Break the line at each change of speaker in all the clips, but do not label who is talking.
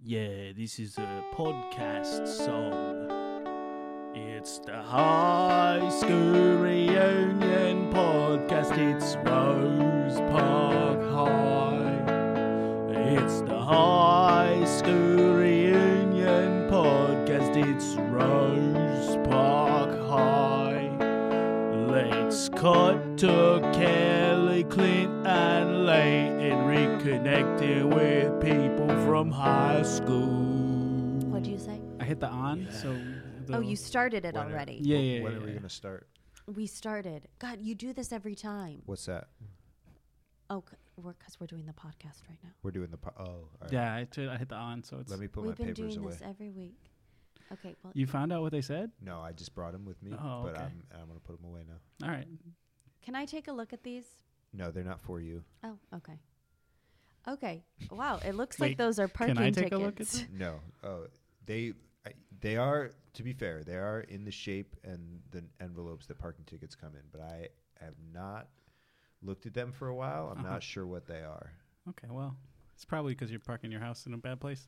Yeah, this is a podcast song. It's the high school reunion podcast. It's Rose Park High. It's the high school reunion podcast. It's Rose Park High. Let's cut to Kelly, Clint, and Leighton reconnecting with people from high school.
What do you say?
I hit the on, so.
Oh,
Mm, the-
you started it
Why not?
already.
Yeah, yeah,
when
yeah,
are we
yeah.
gonna start?
We started. God, you do this every time.
What's that?
Oh, c- we're because we're doing the podcast right now.
We're doing the po- oh. all right.
Yeah, I, t- I hit the on, so it's.
Let me put
We've
my
been
papers
doing
away.
this every week. Okay, well,
You found out what they said?
No, I just brought them with me,
Oh,
but
okay.
I'm I'm gonna put them away now.
All right.
can I take a look at these?
No, they're not for you.
Oh, okay. Okay. Wow, it looks
Wait,
like those are parking
Can I take
tickets.
a look at them?
No, oh, they I, they are. To be fair, they are in the shape and the envelopes that parking tickets come in. But I have not looked at them for a while. I'm
Uh-huh.
not sure what they are.
Okay, well, it's probably because you're parking your house in a bad place.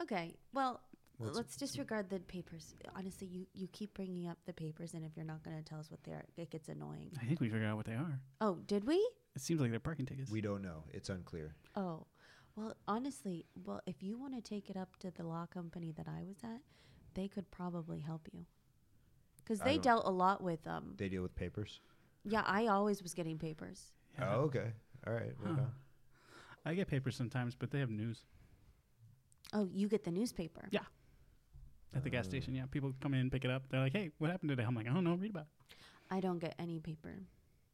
Okay. Well,
Well, it's-
let's disregard the papers. Honestly, you you keep bringing up the papers, and if you're not going to tell us what they are, it gets annoying.
I think we figured out what they are.
Oh, did we?
It seems like they're parking tickets.
We don't know. It's unclear.
Oh, well, honestly, well, if you want to take it up to the law company that I was at, they could probably help you. Because
I
they
don't-
dealt a lot with um.
They deal with papers.
yeah, I always was getting papers.
Yeah.
Oh, okay. All right. right
Uh-huh. Huh.
on.
I get papers sometimes, but they have news
Oh, you get the newspaper.
Yeah. at the gas
Oh.
station. Yeah, people come in and pick it up. They're like, hey, what happened today? I'm like, I don't know. Read about it.
I don't get any paper.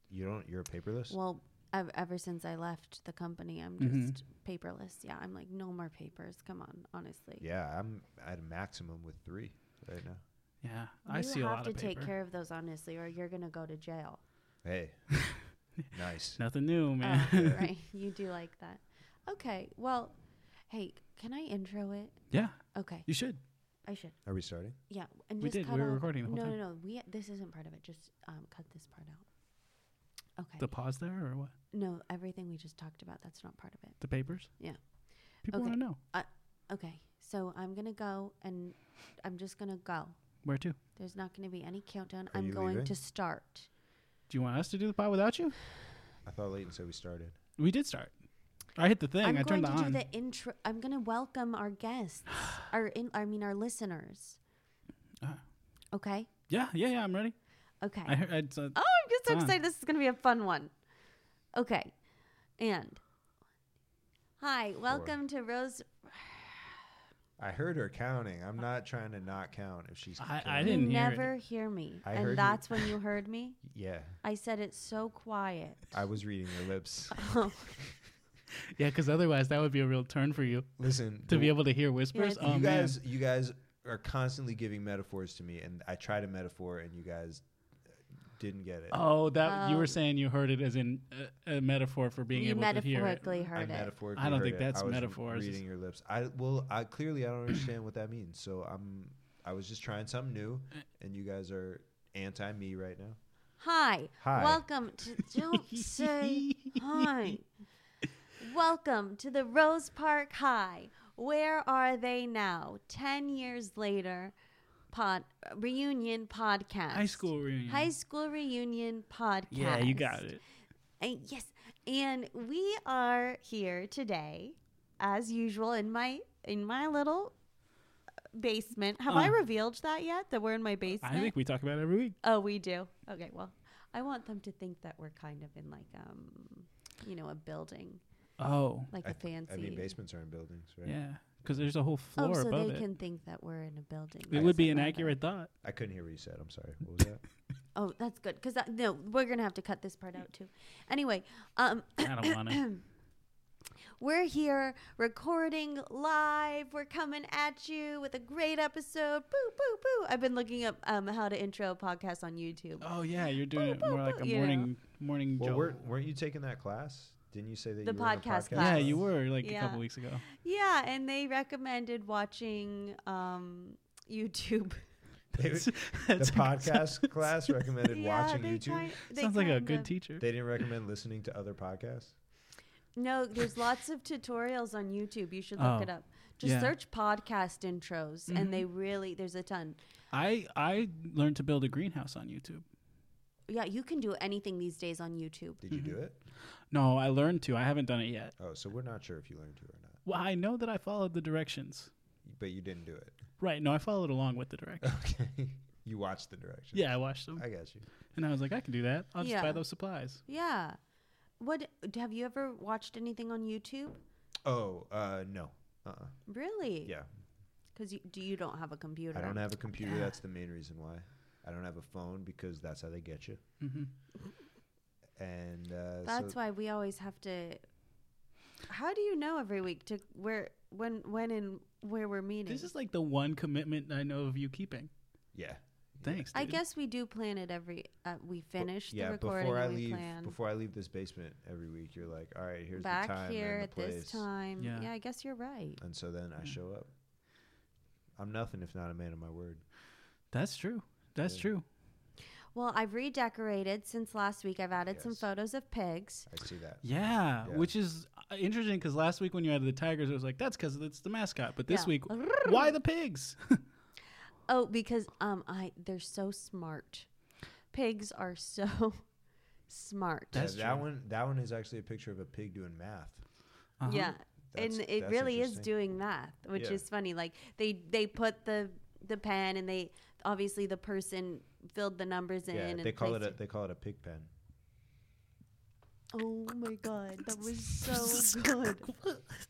You don't. You're paperless.
Well, I've, ever since I left the company, I'm
Mm-hmm.
Mhm.
just paperless. Yeah, I'm like no more papers. Come on, honestly.
yeah, I'm at a maximum with three right now.
Yeah, I
you
see
have
a lot
to
of paper.
take care of those honestly, or you're gonna go to jail.
Hey, nice.
Nothing new, man.
Oh, right? You do like that. Okay. Well, hey, can I intro it?
yeah,
Okay,
you should.
I should.
Are we starting?
Yeah, and
We
just
did,
cut
we were
all-
recording the whole
no,
time.
no, no. We this isn't part of it. Just um, cut this part out. Okay.
The pause there or what?
no, everything we just talked about. That's not part of it.
The papers?
Yeah.
People
Okay.
want to know.
Okay. So I'm gonna go, and I'm just gonna go.
Where to?
There's not gonna be any countdown.
Are
I'm
you
going
leaving?
to start.
Do you want us to do the pod without you?
I thought Leighton said we started.
We did start. I hit the thing.
I'm
I
going
turned it
to
on.
do the intro. I'm gonna welcome our guests. our in, I mean our listeners.
Ah.
Okay.
yeah, yeah, yeah. I'm ready.
Okay.
I heard. I'd, uh,
Oh, I'm just so
Fun.
excited. This is going to be a fun one. Okay. And hi, welcome to Rose.
I heard her counting. I'm not trying to not count if she's.
I- I
counting.
didn't
you
hear it.
never hear me.
I heard
and
you.
that's when you heard me.
Yeah,
I said it so quiet.
I was reading your lips.
yeah, because otherwise that would be a real turn for you
Listen,
to
the-
be able to hear whispers.
it's-
oh
you
man.
guys, you guys are constantly giving metaphors to me, and I tried a metaphor, and you guys uh, didn't get it.
Oh, that you
Oh.
were saying you heard it as in a, a metaphor for being
you
able to hear it.
metaphorically
I
heard it.
metaphorically.
I don't
heard
think
it.
that's
I was
metaphors.
Reading your lips. I well, I clearly I don't understand what that means. So I'm. I was just trying something new,
Uh.
and you guys are anti me right now.
Hi.
Hi.
Welcome to. Don't say hi. Welcome to the Rose Park High. Where are they now? 10 years later, pod, reunion podcast.
High school reunion.
High school reunion podcast.
yeah, you got it.
And yes, and we are here today, as usual, in my in my little basement. Have I
Uh.
revealed that yet? That we're in my basement.
I think we talk about it every week.
oh, we do. Okay, well, I want them to think that we're kind of in like um, you know, a building,
Oh,
like
I
a
th-
fancy.
I mean, basements are in buildings, right?
yeah, because there's a whole
oh,
floor
so
above
they
it.
can think that we're in a building.
it
That's
would be
what
an
I thought.
accurate thought.
I couldn't hear what you said. I'm sorry. What was that?
Oh, that's good because no, we're gonna have to cut this part out too. Anyway, um,
I don't want to.
We're here recording live. We're coming at you with a great episode. Boo, boo, boo. I've been looking up um, how to intro a podcast on YouTube.
Oh yeah, you're doing it
Boop,
more
boop,
like a
boop, you know.
morning morning
Well,
Joe.
weren't, weren't you taking that class? Didn't you say that
The
you were in a
podcast
yeah,
class.
you were like
Yeah.
a couple weeks ago.
Yeah, and they recommended watching um, YouTube.
They were-
That's-
the podcast class recommended
yeah,
watching
they
YouTube.
kind- they
sounds like a
kind
good
of-
teacher.
They didn't recommend listening to other podcasts.
No, there's lots of tutorials on YouTube. You should look
Oh,
it up. Just
yeah. Mm-hmm.
search podcast intros, and they really there's a ton.
I I learned to build a greenhouse on YouTube.
Yeah, you can do anything these days on YouTube.
Did you do it?
No, I learned to. I haven't done it yet.
Oh, so we're not sure if you learned to or not,
Well, I know that I followed the directions.
but you didn't do it.
Right. No, I followed along with the directions.
Okay, you watched the directions.
yeah, I watched them,
I got you.
and I was like, I can do that. I'll just
Yeah.
buy those supplies.
Yeah. What have you ever watched anything on YouTube?
Oh, uh, no. Uh-uh.
Really?
Yeah.
Because you do you don't have a computer?
I don't have a computer. That's the main reason why. I don't have a phone because that's how they get you.
hmm
And uh,
That's
so
why we always have to. How do you know every week to where when when and where we're meeting?
This is like the one commitment I know of you keeping.
yeah.
Thanks.
I
dude.
guess we do plan it every. Uh, we finish the
yeah,
recording.
before I
and we
leave,
plan
before I leave this basement every week, you're like, all right, here's
back
the time
here
and the
at
place.
this time. Hmm.
Yeah.
Yeah. I guess you're right.
And so then I show up. I'm nothing if not a man of my word.
that's true. That's
Yeah.
true.
Well, I've redecorated since last week. I've added some
Yes.
photos of pigs.
I see that.
Yeah,
Yeah.
which is uh, interesting because last week when you added the tigers, it was like that's because it's the mascot. But this
Yeah.
week, why the pigs?
Oh, because um, I they're so smart. Pigs are so smart.
Yeah,
That's
that
true.
one. That one is actually a picture of a pig doing math.
Uh-huh.
Yeah,
That's-
and it
that's
really is
interesting.
doing math, which
Yeah.
is funny. Like they they put the the pen and they obviously the person filled the numbers in.
Yeah,
and
they call it a
placed
they call it a pig pen.
Oh my god, that was so good.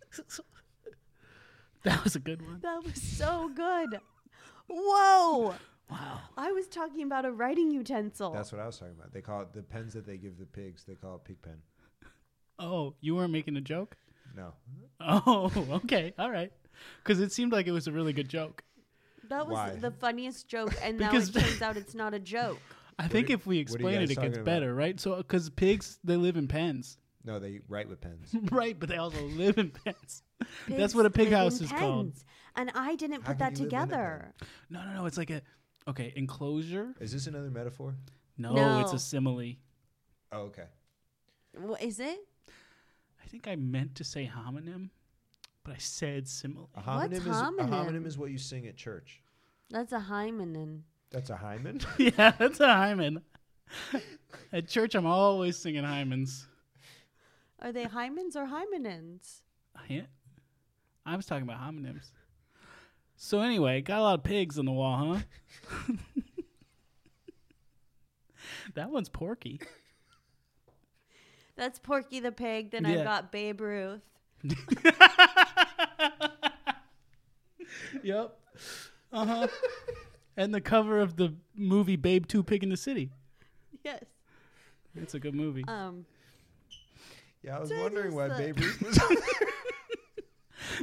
that was a good one.
That was so good. Whoa!
Wow.
I was talking about a writing utensil.
That's what I was talking about. They call it the pens that they give the pigs. They call it pig pen.
Oh, you weren't making a joke?
No,
Oh, okay. All right. Because it seemed like it was a really good joke.
that was
Why?
the funniest joke, and now
Because-
it turns out it's not a joke.
I think
are-
if we
what are you
explain
guys
it, it
talking
gets
about?
better, right? So, because pigs, they live in pens,
no, they write with pens.
right? But they also live in pens. That's
Pigs
what a pig
live in
house is called.
pens, And I didn't
How
put
can
that
you live in a
together.
No, no, no. It's like a, okay, enclosure.
Is this another metaphor?
No, it's
No.
a simile.
Oh, okay.
What is it?
I think I meant to say homonym, but I said simile.
A homonym
What's
is a
homonym?
homonym is what you sing at church.
That's a hymenin.
That's a hymen.
yeah, that's a hymen. At church, I'm always singing hymens.
Are they hymens or hymenins?
Yeah. I was talking about homonyms. So anyway, got a lot of pigs on the wall, huh? that one's Porky.
That's Porky the Pig. Then
Yeah.
I've got Babe Ruth.
yep. Uh huh. and the cover of the movie Babe Two Pig in the City.
Yes.
It's a good movie.
Um.
yeah, I was
That
wondering
is
why
the-
Babe Ruth was. on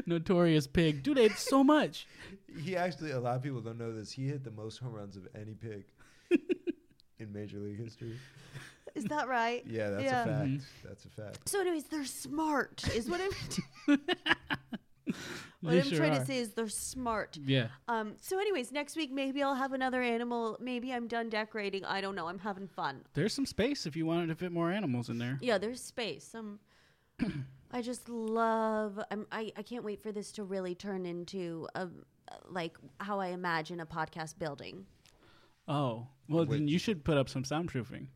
Notorious Pig. Dude, ate so much.
there. he actually, a lot of people don't know this. He hit the most home runs of any pig in Major League history.
Is that right?
Yeah, that's
Yeah. Mm-hmm.
a fact.
Mhm.
That's a fact.
So, anyways, they're smart. Is what I'm. what
They
I'm
sure
trying
are.
to say is they're smart.
Yeah.
Um. So, anyways, next week maybe I'll have another animal. Maybe I'm done decorating. I don't know. I'm having fun.
There's some space if you wanted to fit more animals in there.
Yeah. There's space. Um. I just love. I'm, I I can't wait for this to really turn into a like how I imagine a podcast building.
Oh, well, then
Wait.
you should put up some soundproofing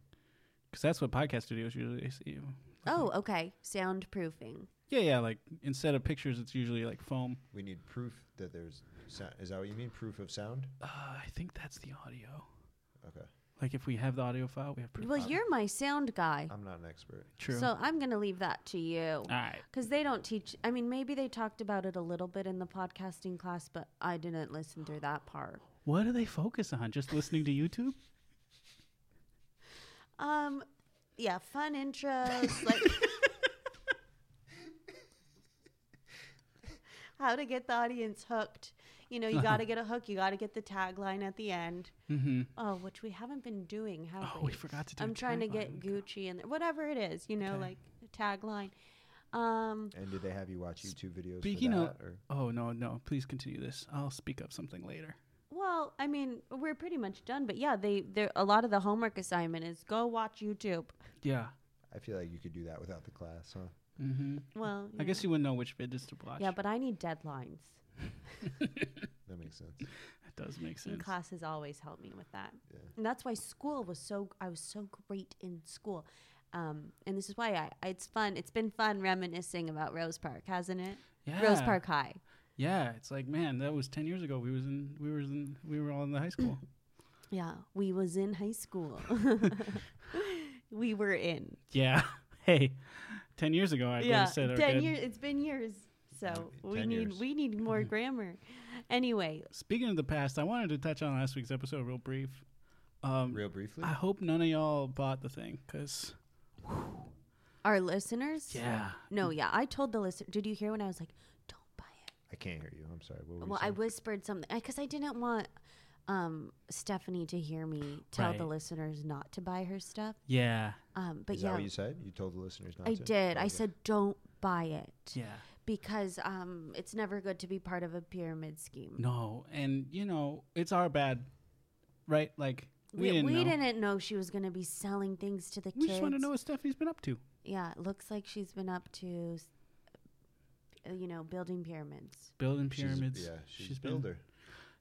because that's what podcast studios usually see.
Oh, okay. Soundproofing.
Yeah, yeah. Like instead of pictures, it's usually like foam.
We need proof that there's sound. Is that what you mean? Proof of sound?
Uh, I think that's the audio.
Okay.
Like if we have the audio file, we have proof.
Well,
of it.
you're my sound guy.
I'm not an expert.
true. Ah.
So I'm going to leave that to you.
All right.
Because they don't teach. I mean, maybe they talked about it a little bit in the podcasting class, but I didn't listen through that part.
What do they focus on? Just listening to YouTube?
Um, yeah, fun intros like how to get the audience hooked. You know, you got to get a hook. You got to get the tagline at the end.
Mm-hmm.
Oh, which we haven't been doing, have
Oh, we forgot to do.
I'm
a
trying to
tagline.
get Gucci and whatever it is, you know,
Okay.
like a tagline. Um,
And did they have you watch YouTube videos?
Speaking
for
of-
that, or?
Oh no, no! Please continue this. I'll speak up something later.
well, I mean, we're pretty much done, but yeah, they there a lot of the homework assignment is go watch YouTube.
Yeah.
I feel like you could do that without the class, huh?
Mm-hmm.
Well,
I guess you wouldn't know which videos to watch.
Yeah, but I need deadlines.
That makes sense.
that does make
And
sense.
classes always help me with that.
Yeah.
And that's why school was so I was so great in school. Um, and this is why I it's fun. It's been fun reminiscing about Rose Park, hasn't it?
yeah.
Rose Park High.
Yeah, it's like man, that was ten years ago. We was in, we was in, we were all in the high school.
Yeah, we was in high school. we were in.
yeah. Hey, ten years ago, I
yeah,
yeah, said our
ten
good.
years. It's been years. So we
10
need
years. Mm-hmm.
we need more grammar. Anyway,
Speaking of the past, I wanted to touch on last week's episode real brief. Um,
Real briefly.
Uh,
I hope none of y'all bought the thing because
our listeners.
yeah,
No, yeah, I told the listener. Did you hear when I was like, "Don't buy it"?
I can't hear you. I'm sorry. What were
Well,
you
I
saying?
whispered something because I didn't want um, Stephanie to hear me tell the
Right.
listeners not to buy her stuff.
yeah,
Um, but
Is that
yeah,
what you said? You told the listeners not
I
to?
did. I
Okay.
said, "Don't buy it"
yeah.
because um, it's never good to be part of a pyramid scheme.
No, and you know it's our bad, right? Like we,
we,
didn't.
we
know.
didn't know she was going to be selling things to the
We
kids.
just want to know what Stephanie's been up to.
Yeah, it looks like she's been up to, s- uh, you know, building pyramids.
Building
She's-
pyramids.
yeah, she's,
She's been-
builder.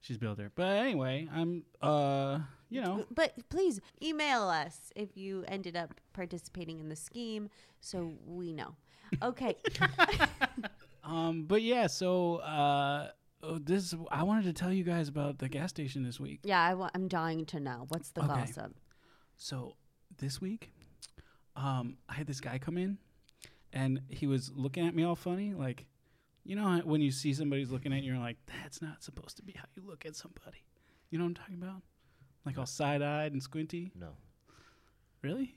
She's builder. But anyway, I'm uh, you know,
But please email us if you ended up participating in the scheme so we know. Okay.
um, but yeah. So uh, oh, this I wanted to tell you guys about the gas station this week.
yeah, I wa- I'm dying to know. What's the
Okay.
gossip?
So this week, um, I had this guy come in, and he was looking at me all funny, like, you know, how when you see somebody's looking at you, you're like, that's not supposed to be how you look at somebody. You know what I'm talking about? Like all side-eyed and squinty.
No.
Really?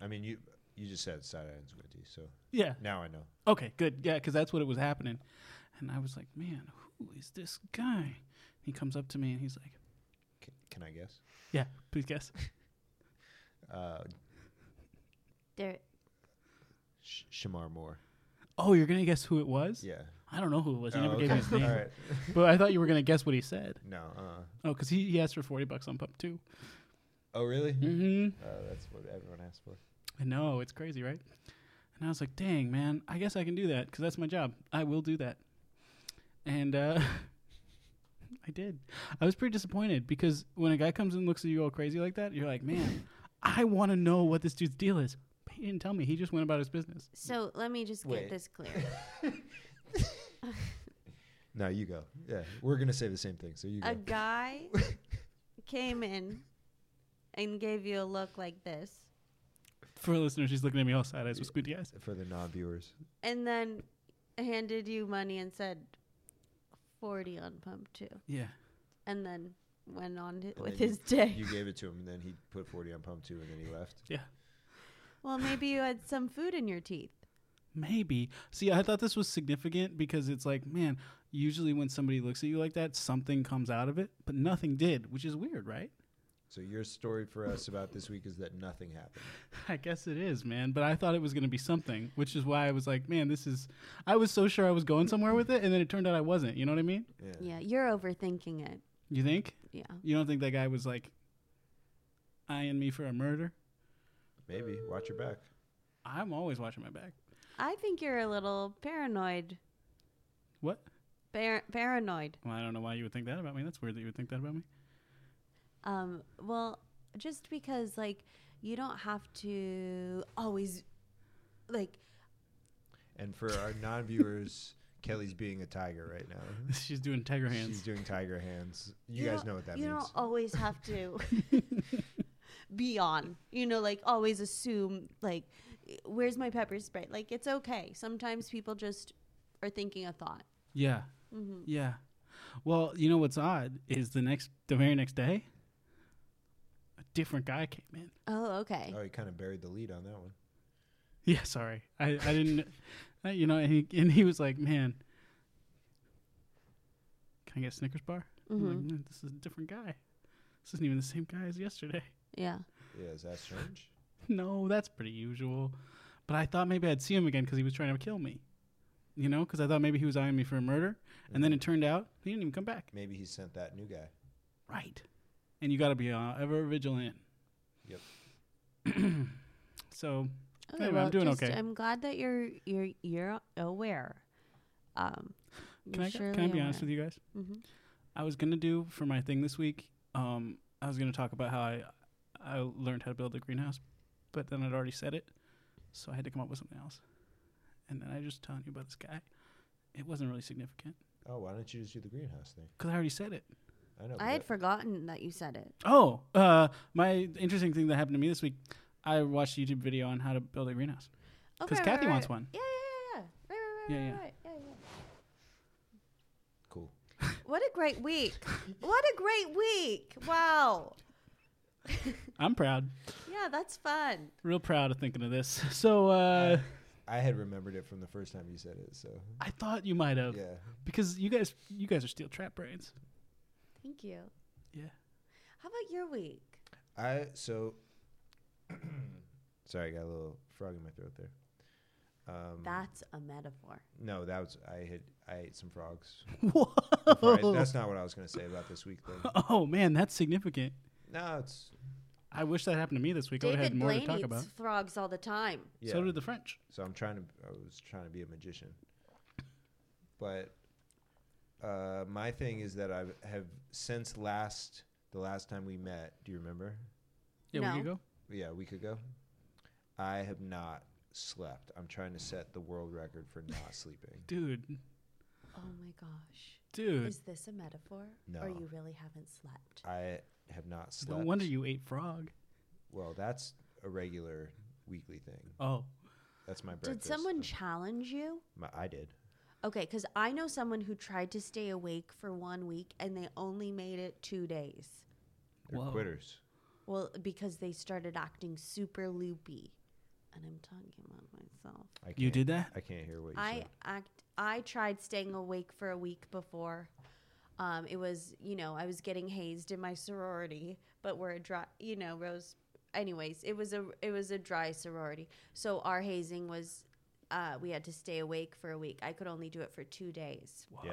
I mean, you you just said side eye and squinty, so
Yeah.
now I know.
Okay. Good. Yeah, because that's what it was happening, and I was like, man, who is this guy? He comes up to me and he's like,
Can, can I guess?
yeah, please guess.
Uh,
There,
Sh- Shamar Moore.
Oh, you're gonna guess who it was?
Yeah.
I don't know who it was. He
Oh,
never gave
okay.
me his name.
All right.
But I thought you were gonna guess what he said.
No. Uh,
Oh, because he, he asked for 40 bucks on pump too.
oh, really?
Mm-hmm.
Uh, that's what everyone asks for.
I know. It's crazy, right? And I was like, dang, man, I guess I can do that because that's my job. I will do that. And uh, I did. I was pretty disappointed because when a guy comes and looks at you all crazy like that, you're like, man, I want to know what this dude's deal is. But He didn't tell me. He just went about his business.
so let me just get
Wait.
this clear.
No, you go. Yeah, we're gonna say the same thing. So you go.
A guy came in and gave you a look like this,
For listeners, she's looking at me all side eyes with squinty eyes.
For the non-viewers,
and then handed you money and said, 40 on pump two,
Yeah.
and then went on hi-
then
with
you-
his day.
you gave it to him, and then he put forty on pump two, and then he left.
Well, maybe you had some food in your teeth.
Maybe. See, I thought this was significant because it's like, man, usually when somebody looks at you like that, something comes out of it, but nothing did, which is weird, right?
So your story for us about this week is that nothing happened.
I guess it is, man. But I thought it was going to be something, which is why I was like, man, this is. I was so sure I was going somewhere with it, and then it turned out I wasn't. You know what I mean?
Yeah.
Yeah, you're overthinking it.
You think?
Yeah.
You don't think that guy was like eyeing me for a murder?
Maybe watch your back.
I'm always watching my back.
I think you're a little paranoid.
What?
Par- paranoid.
Well, I don't know why you would think that about me. That's weird that you would think that about me.
Um, well, just because, like, you don't have to always, like,
And for our non-viewers, Kelly's being a tiger right now.
She's doing tiger
She's
hands.
doing tiger hands. You, guys
don't-
know what that
you
means.
don't always have to be on. You know, like, always assume, like, where's my pepper spray? Like, it's okay. Sometimes people just are thinking a thought.
Yeah.
Mhm.
Yeah. Well, you know what's odd is the next, the very next day, a different guy came in.
Oh, okay.
Oh, he kind of buried the lead on that one.
Yeah, sorry. I, I didn't, I- you know, and he, and he was like, man, can I get a Snickers bar? I'm like,
Mhm.
"No, this is a different guy. This isn't even the same guy as yesterday.
Yeah.
Yeah, is that strange?
no, that's pretty usual. But I thought maybe I'd see him again because he was trying to kill me, you know, because I thought maybe he was eyeing me for a murder. And then it turned out he didn't even come back.
Maybe he sent that new guy.
Right. And you got to be uh, ever vigilant.
Yep.
so Anyway, I'm doing
just-
okay.
I'm glad that you're you're you're aware. Um,
Can I, can I be honest with you guys?
Mm-hmm.
I was gonna do for my thing this week. Um, I was gonna talk about how I I learned how to build a greenhouse, but then I'd already said it, so I had to come up with something else. And then I was just telling you about this guy. It wasn't really significant
Oh, why don't you just do the greenhouse thing?
because I already said it.
I know. but
I had
that-
forgotten that you said it.
Oh, uh, my interesting thing that happened to me this week. I watched a YouTube video on how to build a greenhouse because
Okay,
Kathy
right,
wants
right.
one.
Yeah, yeah, yeah, yeah. Right,
Yeah,
right,
yeah.
right, right, yeah. yeah.
cool.
What a great week. what a great week. Wow.
I'm proud,
Yeah, that's fun.
real proud of thinking of this. So uh,
I had remembered it from the first time you said it, so
I thought you might have
yeah.
because you guys you guys are steel trap brains.
Thank you.
Yeah.
How about your week?
I so sorry, I got a little frog in my throat there. Um,
That's a metaphor.
no, that was I had I ate some frogs. before I-
Whoa.
that's not what I was going to say about this week. Thing.
Oh man, that's significant.
no, it's
I wish that happened to me this week. I would have
David
had more
Blaine
to talk
eats
about.
frogs all the time.
yeah.
So did the French.
So I'm trying to. I was trying to be a magician, but uh, my thing is that I have since last the last time we met. Do you remember?
Yeah, we could
No.
go.
Yeah, a week ago. I have not slept. I'm trying to set the world record for not sleeping.
Dude,
Oh my gosh.
dude.
Is this a metaphor?
No.
Or you really haven't slept?
I have not slept.
No wonder you ate frog.
Well, that's a regular weekly thing.
Oh,
That's my
Did
breakfast.
someone challenge you?
My, I did.
Okay, because I know someone who tried to stay awake for one week and they only made it two days.
They're
Whoa.
quitters.
Well, because they started acting super loopy. And I'm talking about myself.
I can't,
you did that?
I can't hear what you
I
said.
act. I tried staying awake for a week before. Um, it was, you know, I was getting hazed in my sorority, but we're a dry, you know, Rose. Anyways, it was a it was a dry sorority, so our hazing was, uh, we had to stay awake for a week. I could only do it for two days.
Wow.
Yeah.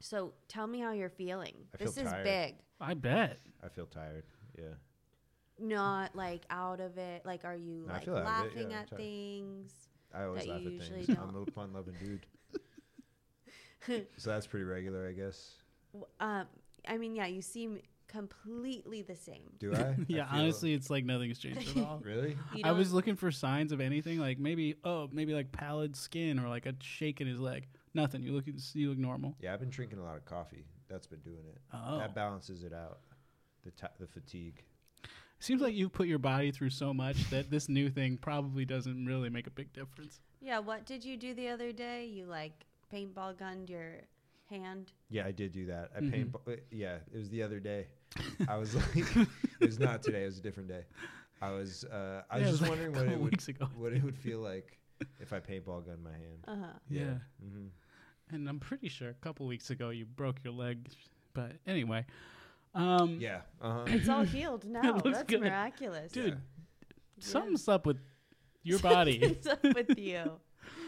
So tell me how you're feeling.
I feel
this is
tired.
big.
I bet.
I feel tired. Yeah.
Not like out of it. Like, are you
No, I
like
feel out of it,
laughing
yeah, I'm
at
tired.
things?
I always
That
laugh
you
at
usually
things. I'm a fun loving dude. so that's pretty regular, I guess.
W- Um, I mean, yeah, you seem completely the same.
Do I? I
Yeah,
feel-
honestly, it's like nothing's changed at all.
Really?
You
I
don't-
was looking for signs of anything, like maybe oh, maybe like pallid skin or like a shake in his leg. Nothing. You look you look normal.
Yeah, I've been drinking a lot of coffee. That's been doing it.
Oh.
That balances it out. The ti the fatigue.
Seems like you've put your body through so much that this new thing probably doesn't really make a big difference.
Yeah, what did you do the other day? You like paintball gunned your hand.
Yeah, I did do that. I
Mhm.
paint. Yeah, it was the other day. I was like, it was not today. It was a different day. I was. Uh, I
Yeah,
was just
like a
wondering what it
couple
would
weeks ago.
what it would feel like if I paintball gun my hand.
Uh mm-hmm. huh.
yeah.
hmm
and I'm pretty sure a couple weeks ago you broke your leg. But anyway, um,
Yeah. Uh-huh.
It's all healed now.
looks
That's
good.
miraculous.
dude,
Yeah.
something's up with your body.
Something's up with you?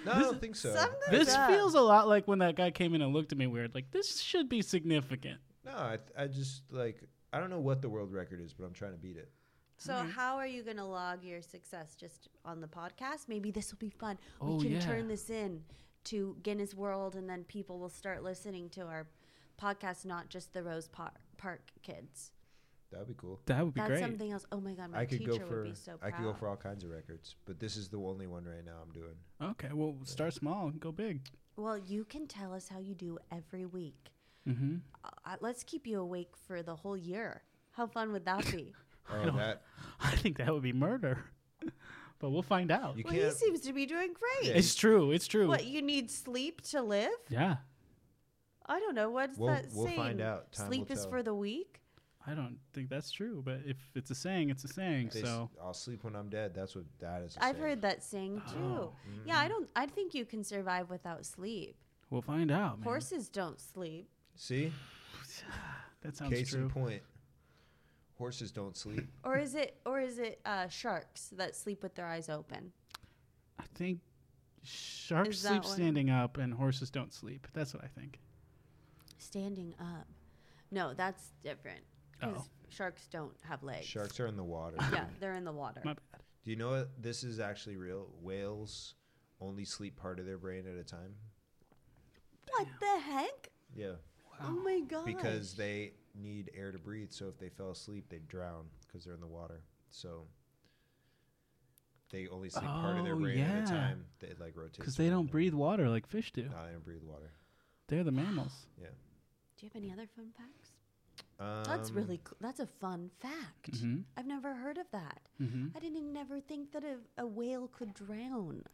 No, I don't think so.
Something's
this
up.
feels a lot like when that guy came in and looked at me weird. Like this should be significant.
No, I, I just like I don't know what the world record is, but I'm trying to beat it.
So, how are you going to log your success just on the podcast? Maybe this will be fun.
Oh,
we can
yeah.
turn this in to Guinness World, and then people will start listening to our podcast, not just the Rose Park, Park kids.
That'd be cool.
That would be
That's
great.
something else. Oh my God, my
I could
teacher
go for
would be so proud.
I could go for all kinds of records, but this is the only one right now I'm doing.
Okay, well, start small and go big.
Well, you can tell us how you do every week.
Mm-hmm.
Uh, uh, let's keep you awake for the whole year. How fun would that be?
Oh, that
I think that would be murder, but we'll find out.
you
well, he
can't.
seems to be doing great.
Yeah.
It's true. It's true.
What you need sleep to live?
Yeah,
I don't know. What's
We'll-
that
we'll
saying?
find out. Time will
sleep is
tell.
for the weak.
I don't think that's true. But if it's a saying, it's a saying.
they s-
so
I'll sleep when I'm dead. That's what that is. a
I've
saying.
heard that saying too.
Oh.
Mm-hmm.
Yeah, I don't. I think you can survive without sleep.
we'll find out. Man.
Horses don't sleep.
See,
That sounds
case
true.
in point. Horses don't sleep.
Or is it? Or is it uh, sharks that sleep with their eyes open?
I think sharks
Is
sleep
that one-
standing up and horses don't sleep. That's what I think.
Standing up. No, that's different. 'cause
Oh.
Sharks don't have legs.
Sharks are in the water.
Yeah, they're in the water.
My bad.
Do you know what this is actually real? Whales only sleep part of their brain at a time.
What the heck?
Yeah,
Oh my god.
because they need air to breathe. So if they fell asleep, they'd drown because they're in the water. So they only sleep part of their
Oh,
brain at
yeah.
a time. They like rotate
Because they don't breathe water like fish do.
No, they don't breathe water.
They're the mammals.
Do you have any other fun facts?
Um,
that's really cool. That's a fun fact.
Mm-hmm.
I've never heard of that.
Mm-hmm.
I didn't even ever think that a, a whale could drown.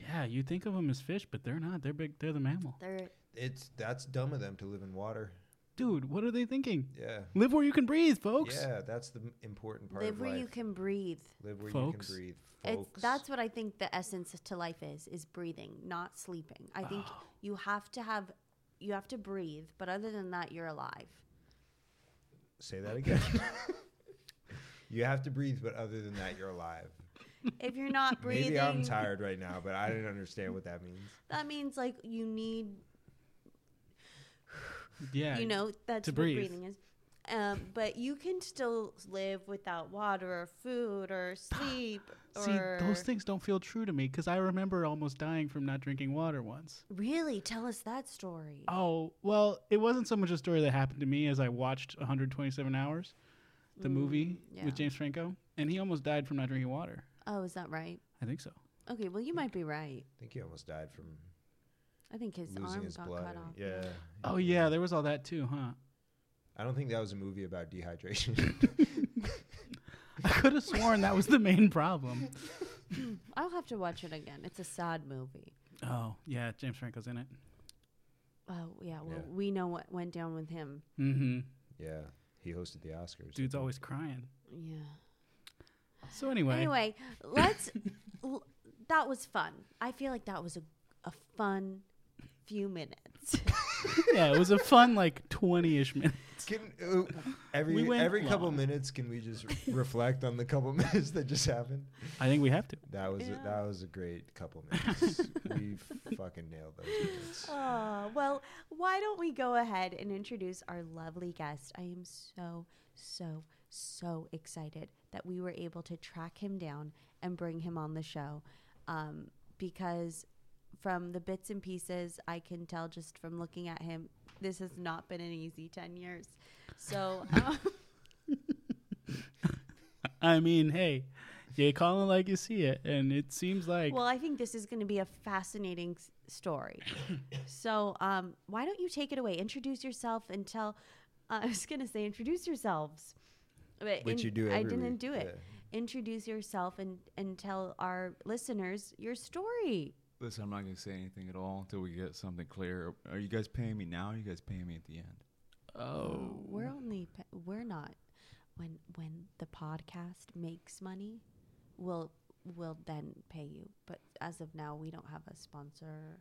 Yeah, you think of them as fish, but they're not. They're big. They're the mammal.
They're
It's that's dumb of them to live in water.
Dude, what are they thinking?
Yeah.
Live where you can breathe, folks.
Yeah, that's the m- important part
live
of
where
life.
you can breathe.
live where
Folks.
you can breathe.
It's,
Folks.
that's what I think the essence to life is: is breathing, not sleeping. I think
Ah.
you have to have, you have to breathe, but other than that, you're alive.
Say that again. you have to breathe, but other than that, you're alive.
If you're not breathing,
Maybe I'm tired right now, but I didn't understand what that means.
that means like you need,
Yeah.
you know, that's
to
what
breathe.
breathing is. Um, but you can still live without water or food or sleep
See,
or
those things don't feel true to me because I remember almost dying from not drinking water once.
Really, tell us that story.
Oh, well, it wasn't so much a story that happened to me as I watched 127 Hours, the movie
Mm, yeah.
with James Franco, and he almost died from not drinking water.
Oh, is that right?
I think so.
Okay, well, you might be right.
I think he almost died from
I think his
losing
arm
his
got
blood.
cut off.
yeah.
Oh, yeah, there was all that too, huh?
I don't think that was a movie about dehydration.
I could have sworn that was the main problem.
I'll have to watch it again. It's a sad movie.
Oh, yeah, James Franco's in it.
Oh, yeah. Well,
Yeah.
we know what went down with him.
Mm hmm.
yeah. He hosted the Oscars. I
Dude's
think.
always crying.
Yeah.
So, anyway.
Anyway, let's. l- that was fun. I feel like that was a, a fun few minutes.
yeah, it was a fun, like, 20 ish minute.
Can, uh, every
We went
every couple
long.
minutes, can we just re- reflect on the couple minutes that just happened?
I think we have to.
That was
Yeah.
a, that was a great couple minutes. we fucking nailed those minutes.
oh, well, why don't we go ahead and introduce our lovely guest? I am so, so, so excited that we were able to track him down and bring him on the show um, because from the bits and pieces I can tell just from looking at him, this has not been an easy 10 years. So, um,
I mean, hey, you call it like you see it, and it seems like.
well, I think this is going to be a fascinating s- story. so, um, why don't you take it away? Introduce yourself and tell. uh, I was going to say introduce yourselves, but
Which
in-
you do
I
every
didn't
week,
do it. Introduce yourself and and tell our listeners your story.
Listen, I'm not gonna say anything at all until we get something clear. Are you guys paying me now? Or are you guys paying me at the end?
oh.
we're
Mm-hmm.
only pa- we're not. When when the podcast makes money, we'll we'll then pay you. But as of now, we don't have a sponsor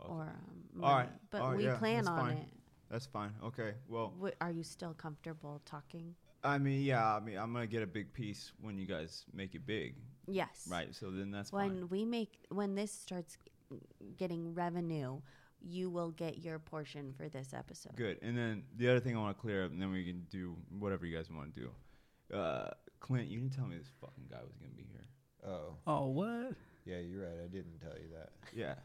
or um, money.
All right,
But
all right,
we
yeah,
plan
that's
on
fine.
it.
That's fine. Okay. Well,
What, are you still comfortable talking?
I mean, yeah. I mean, I'm gonna get a big piece when you guys make it big,
Yes.
right? So then that's
When
fine.
we make when this starts getting revenue, you will get your portion for this episode.
Good. And then the other thing I want to clear up, and then we can do whatever you guys want to do. Uh, Clint, you didn't tell me this fucking guy was gonna be here.
Oh,
Oh, what?
yeah, you're right. I didn't tell you that.
Yeah.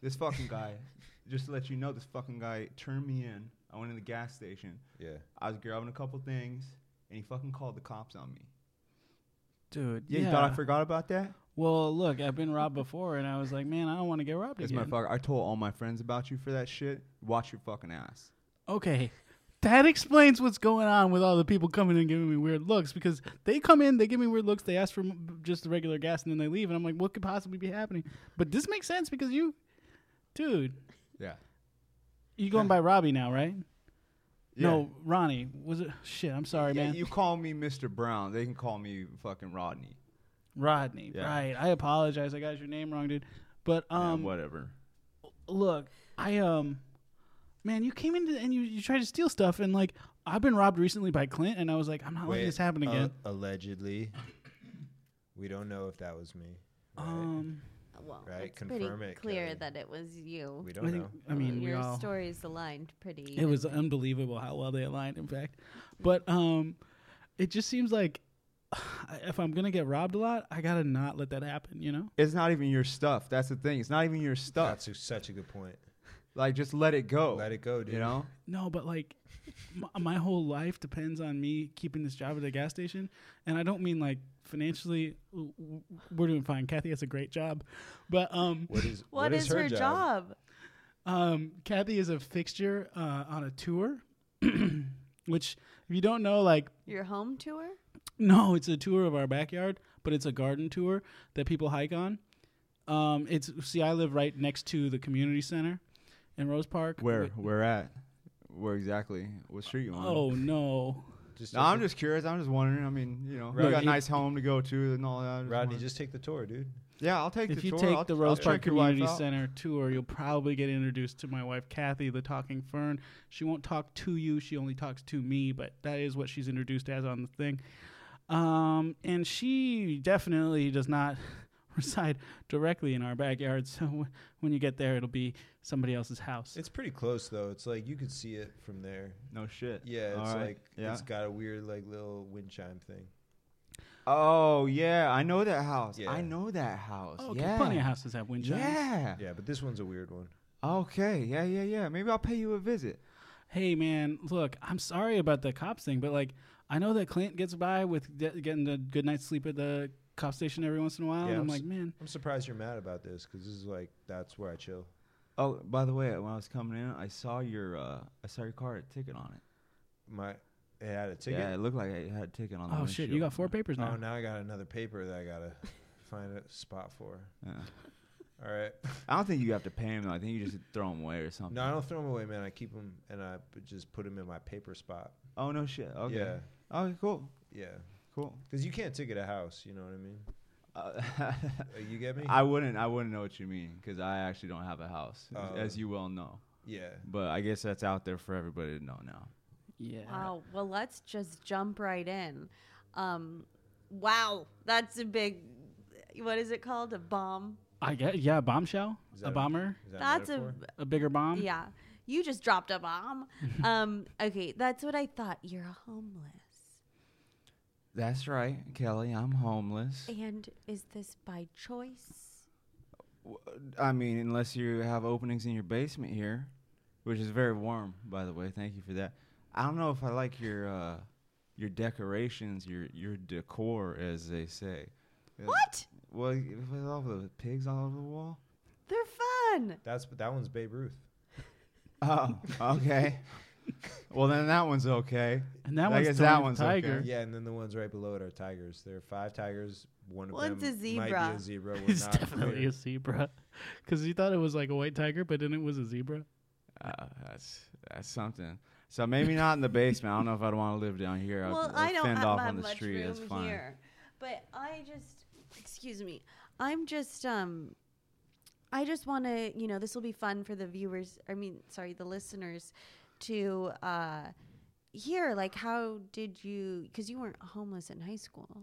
This fucking guy. just to let you know, this fucking guy turned me in. I went in the gas station.
Yeah.
I was grabbing a couple things, and he fucking called the cops on me.
Dude.
Yeah, you thought I forgot about that?
Well, look, I've been robbed before, and I was like, man, I don't want to get robbed
Because
again.
motherfucker, I told all my friends about you for that shit. Watch your fucking ass.
okay, that explains what's going on with all the people coming and giving me weird looks because they come in, they give me weird looks, they ask for m- just the regular gas, and then they leave, and I'm like, what could possibly be happening? But this makes sense because you, dude,
Yeah.
you going by Robbie now, right?
Yeah.
No, Ronnie. Was it? Shit, I'm sorry,
Yeah,
man.
you call me Mr. Brown. They can call me fucking Rodney.
Rodney.
Yeah.
Right. I apologize. I got your name wrong, dude. But
Yeah,
um,
whatever.
look, I um, man, you came in and you you tried to steal stuff, and like I've been robbed recently by Clint, and I was like, I'm not letting this happen
uh,
again.
allegedly. We don't know if that was me.
Uh,
Right?
um,
Well,
Right,
it's
confirm
pretty
it,
clear
Kelly.
that it was you.
we
I
don't know.
think- I mean, we
your
all.
stories aligned pretty.
It was unbelievable how well they aligned, in fact. But um, it just seems like if I'm gonna get robbed a lot, I gotta not let that happen. You know?
It's not even your stuff. That's the thing. It's not even your stuff.
That's a, such a good point.
like just let it go.
Let it go, dude.
Oh, You know?
No, but like, my, my whole life depends on me keeping this job at a gas station, and I don't mean like financially. w- w- We're doing fine. Kathy has a great job, but um,
What is
what is, her job?
um, Kathy is a fixture uh, on a tour, which if you don't know, like
Your home tour?
No, it's a tour of our backyard, but it's a garden tour that people hike on. Um, it's see, I live right next to the community center in Rose Park.
Where
Wait,
where at? Where exactly? What street you on?
Oh no!
Just
No,
take
I'm
the-
just curious. I'm just wondering. I mean, you know,
Rodney-
you got a nice home to go to and all that. I just
Rodney.
wanna-
Just take the tour, dude.
yeah, I'll take
If
the
you
tour.
take
I'll,
the Rose
I'll
Park
check your wife
Community
out.
Center tour, you'll probably get introduced to my wife Kathy, the talking fern. She won't talk to you; she only talks to me. But that is what she's introduced as on the thing. Um, and she definitely does not reside directly in our backyard. So w- when you get there, it'll be somebody else's house.
It's pretty close though. It's like you could see it from there.
No shit.
Yeah, it's
All right.
like
yeah.
it's got a weird like little wind chime thing.
oh yeah, I know that house.
Yeah.
I know that house.
Oh, 'cause
yeah.
plenty of houses have wind chimes.
Yeah.
Yeah, but this one's a weird one.
Okay. Yeah, yeah, yeah. Maybe I'll pay you a visit.
Hey, man, look, I'm sorry about the cops thing, but like, I know that Clint gets by with de- getting a good night's sleep at the cop station every once in a while,
Yeah,
and I'm
I'm
like,
s-
man,
I'm surprised you're mad about this because this is like that's where I chill.
Oh, by the way, when I was coming in, I saw your uh, I saw your car had a ticket on it.
My it had a ticket.
Yeah, it looked like it had a ticket on the
oh shit, you got four
windshield.
papers now.
Oh, now I got another paper that I gotta find a spot for.
Yeah.
All right.
I don't think you have to pay him though. I think you just throw him away or something.
No, I don't throw them away, man. I keep them and I p- just put them in my paper spot.
Oh no shit. Okay.
Yeah,
Okay. Cool.
yeah.
Cool.
Because you can't ticket a house. You know what I mean?
Uh,
Uh, you get me?
I wouldn't. I wouldn't know what you mean because I actually don't have a house,
Oh.
as you well know.
yeah.
But I guess that's out there for everybody to know now.
Yeah.
Wow. Well, let's just jump right in. Um, wow, that's a big. What is it called? A bomb.
I get yeah, bombshell,
Is that
a
a-
bomber,
Is that
That's a
metaphor?
a bigger bomb.
yeah. You just dropped a bomb. um, okay, that's what I thought. You're homeless,
That's right, Kelly. I'm homeless.
and is this by choice?
W- I mean, unless you have openings in your basement here, which is very warm, by the way. Thank you for that. I don't know if I like your uh, your decorations, your your decor, as they say. Yeah.
What?
Well, if it's all the pigs all over the wall.
They're fun.
That's that one's Babe Ruth.
Oh, okay. well, then that one's okay.
And that
I
one's
guess that
Tony the
one's okay.
tiger.
Yeah, and then the ones right below it are tigers. There are five tigers. One of
One's
them
a
might
zebra.
be a zebra. We're
It's
not
definitely
clear.
a zebra, because you thought it was like a white tiger, but then it was a zebra.
Uh, that's that's something. So maybe not in the basement. I don't know if I'd want to live down here. I'd
well,
I'd
I don't
fend
have,
off
have
on the
much
street.
room
That's fine.
here, but I just, excuse me, I'm just, um, I just want to, you know, this will be fun for the viewers. I mean, sorry, the listeners, to uh, hear like how did you? Because you weren't homeless in high school.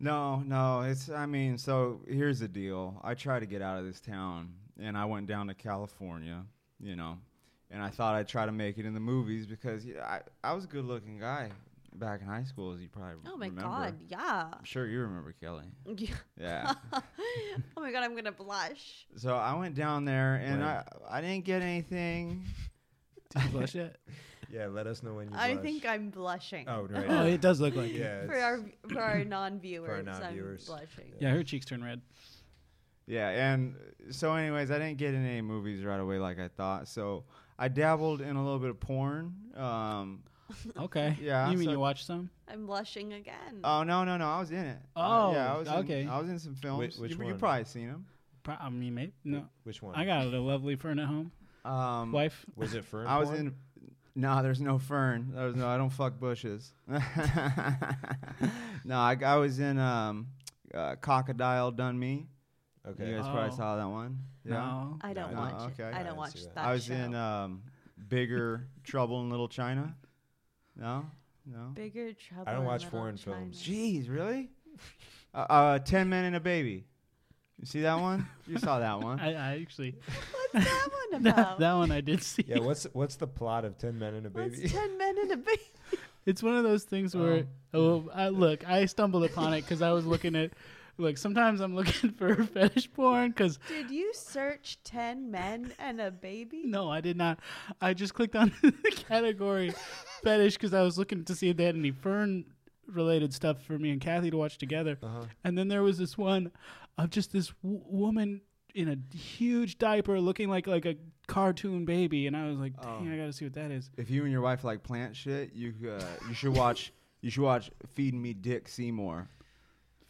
No, no. It's I mean, so here's the deal. I tried to get out of this town, and I went down to California. You know, and I thought I'd try to make it in the movies because yeah, I I was a good looking guy back in high school, as you probably
Oh my
remember.
god, yeah.
I'm sure you remember Kelly. Yeah.
oh my god, I'm gonna blush.
So I went down there and
Right.
I I didn't get anything.
Did you blush it?
Yeah, let us know when you.
I
blush.
think I'm blushing.
Oh right.
oh, it does look like it.
yeah.
For
it's-
our for our non-viewers,
non-viewers.
I'm blushing.
Yeah, her cheeks turn red.
Yeah, and so anyways, I didn't get in any movies right away like I thought. So I dabbled in a little bit of porn. Um
Okay.
Yeah,
You mean
so-
you watch some?
I'm blushing again.
oh no, no, no, I was in it. Uh,
Oh,
yeah, I was in-
okay.
I was in some films.
which
you, you
one?
probably seen them.
Pro- I mean, maybe no.
Which one?
I got a lovely fern at home.
Um
Wife.
Was it fern?
I was
porn?
in No, there's no fern. There's no I don't fuck bushes. no, I, I was in um uh, Crocodile Done Me.
Okay.
You guys probably
Oh.
saw that one. Yeah?
No.
I don't
No,
watch
okay.
it.
I
I don't
didn't
watch
see
that.
that.
I was
show.
in um, Bigger Trouble in Little China. No, no.
Bigger Trouble.
I don't
in
watch
Little
foreign
China.
films.
Jeez, really? Uh, uh, Ten Men and a Baby. You see that one? You saw that one?
I, I actually
What's that one
that,
about?
that one I did see.
Yeah. What's what's the plot of Ten Men and a
What's
Baby?
ten men and a baby?
It's one of those things where oh, I, look, I stumbled upon it because I was looking at. Look, sometimes I'm looking for fetish porn because
Did you search 10 men and a baby?
no, I did not. I just clicked on the category fetish because I was looking to see if they had any fern related stuff for me and Kathy to watch together. And then there was this one of just this w- woman in a huge diaper looking like like a cartoon baby, and I was like, dang, I gotta see what that is.
If you and your wife like plant shit, you uh, you should watch you should watch Feed Me Dick Seymour.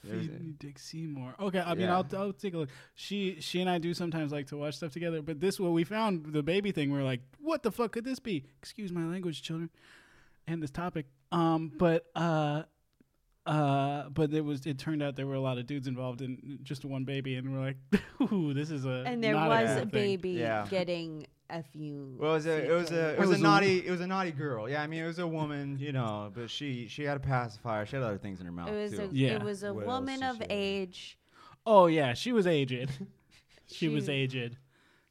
There's
Feed
it.
me Dick Seymour. Okay, I mean,
Yeah.
I'll, I'll take a look. She she and I do sometimes like to watch stuff together, but this what we found the baby thing. We are like, what the fuck could this be? Excuse my language, children, and this topic. Um, but uh, uh, but it was it turned out there were a lot of dudes involved in just one baby, and we're like, ooh, this is a
And there
not
was
good
a
thing.
baby
Yeah.
getting a few.
Well, it was a it was a it
CKs.
was,
was
a
a-
naughty it was a naughty girl. Yeah, I mean it was a woman, you know, but she she had a pacifier. She had other things in her mouth
It was a,
too.
Yeah.
it was a
What else
woman
did
of
she have?
age.
Oh yeah, she was aged. she was
She-
aged.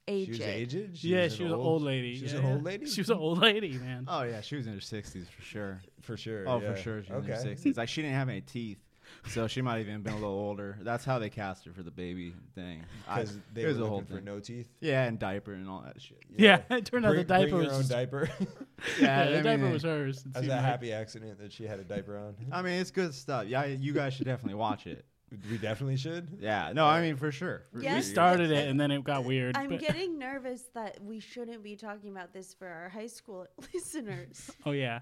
She was
Aged.
aged.
yeah, she was an old lady.
She was
Yeah,
an
yeah.
old lady.
She was an old lady, man.
Oh yeah, she was in her sixties for sure.
for sure.
Oh
yeah.
for sure, she was
okay.
in her sixties. Like she didn't have any teeth, so she might have even been a little older. That's how they cast her for the baby thing. I-
Because they
it
were
was a
looking
whole
for
thing.
no teeth.
yeah, and diaper and all that shit.
yeah. it turned out the
Bring,
diaper
bring
was
your own
just-
diaper.
Yeah, the
I
diaper
mean,
was hers. It
That was
seemed
a
like-
happy accident that she had a diaper on.
I mean, it's good stuff. Yeah, you guys should definitely watch it.
we definitely should.
Yeah, no, I mean for sure. For
Yeah.
We
sure.
started it and then it got weird.
I'm
but-
getting nervous that we shouldn't be talking about this for our high school listeners.
oh yeah,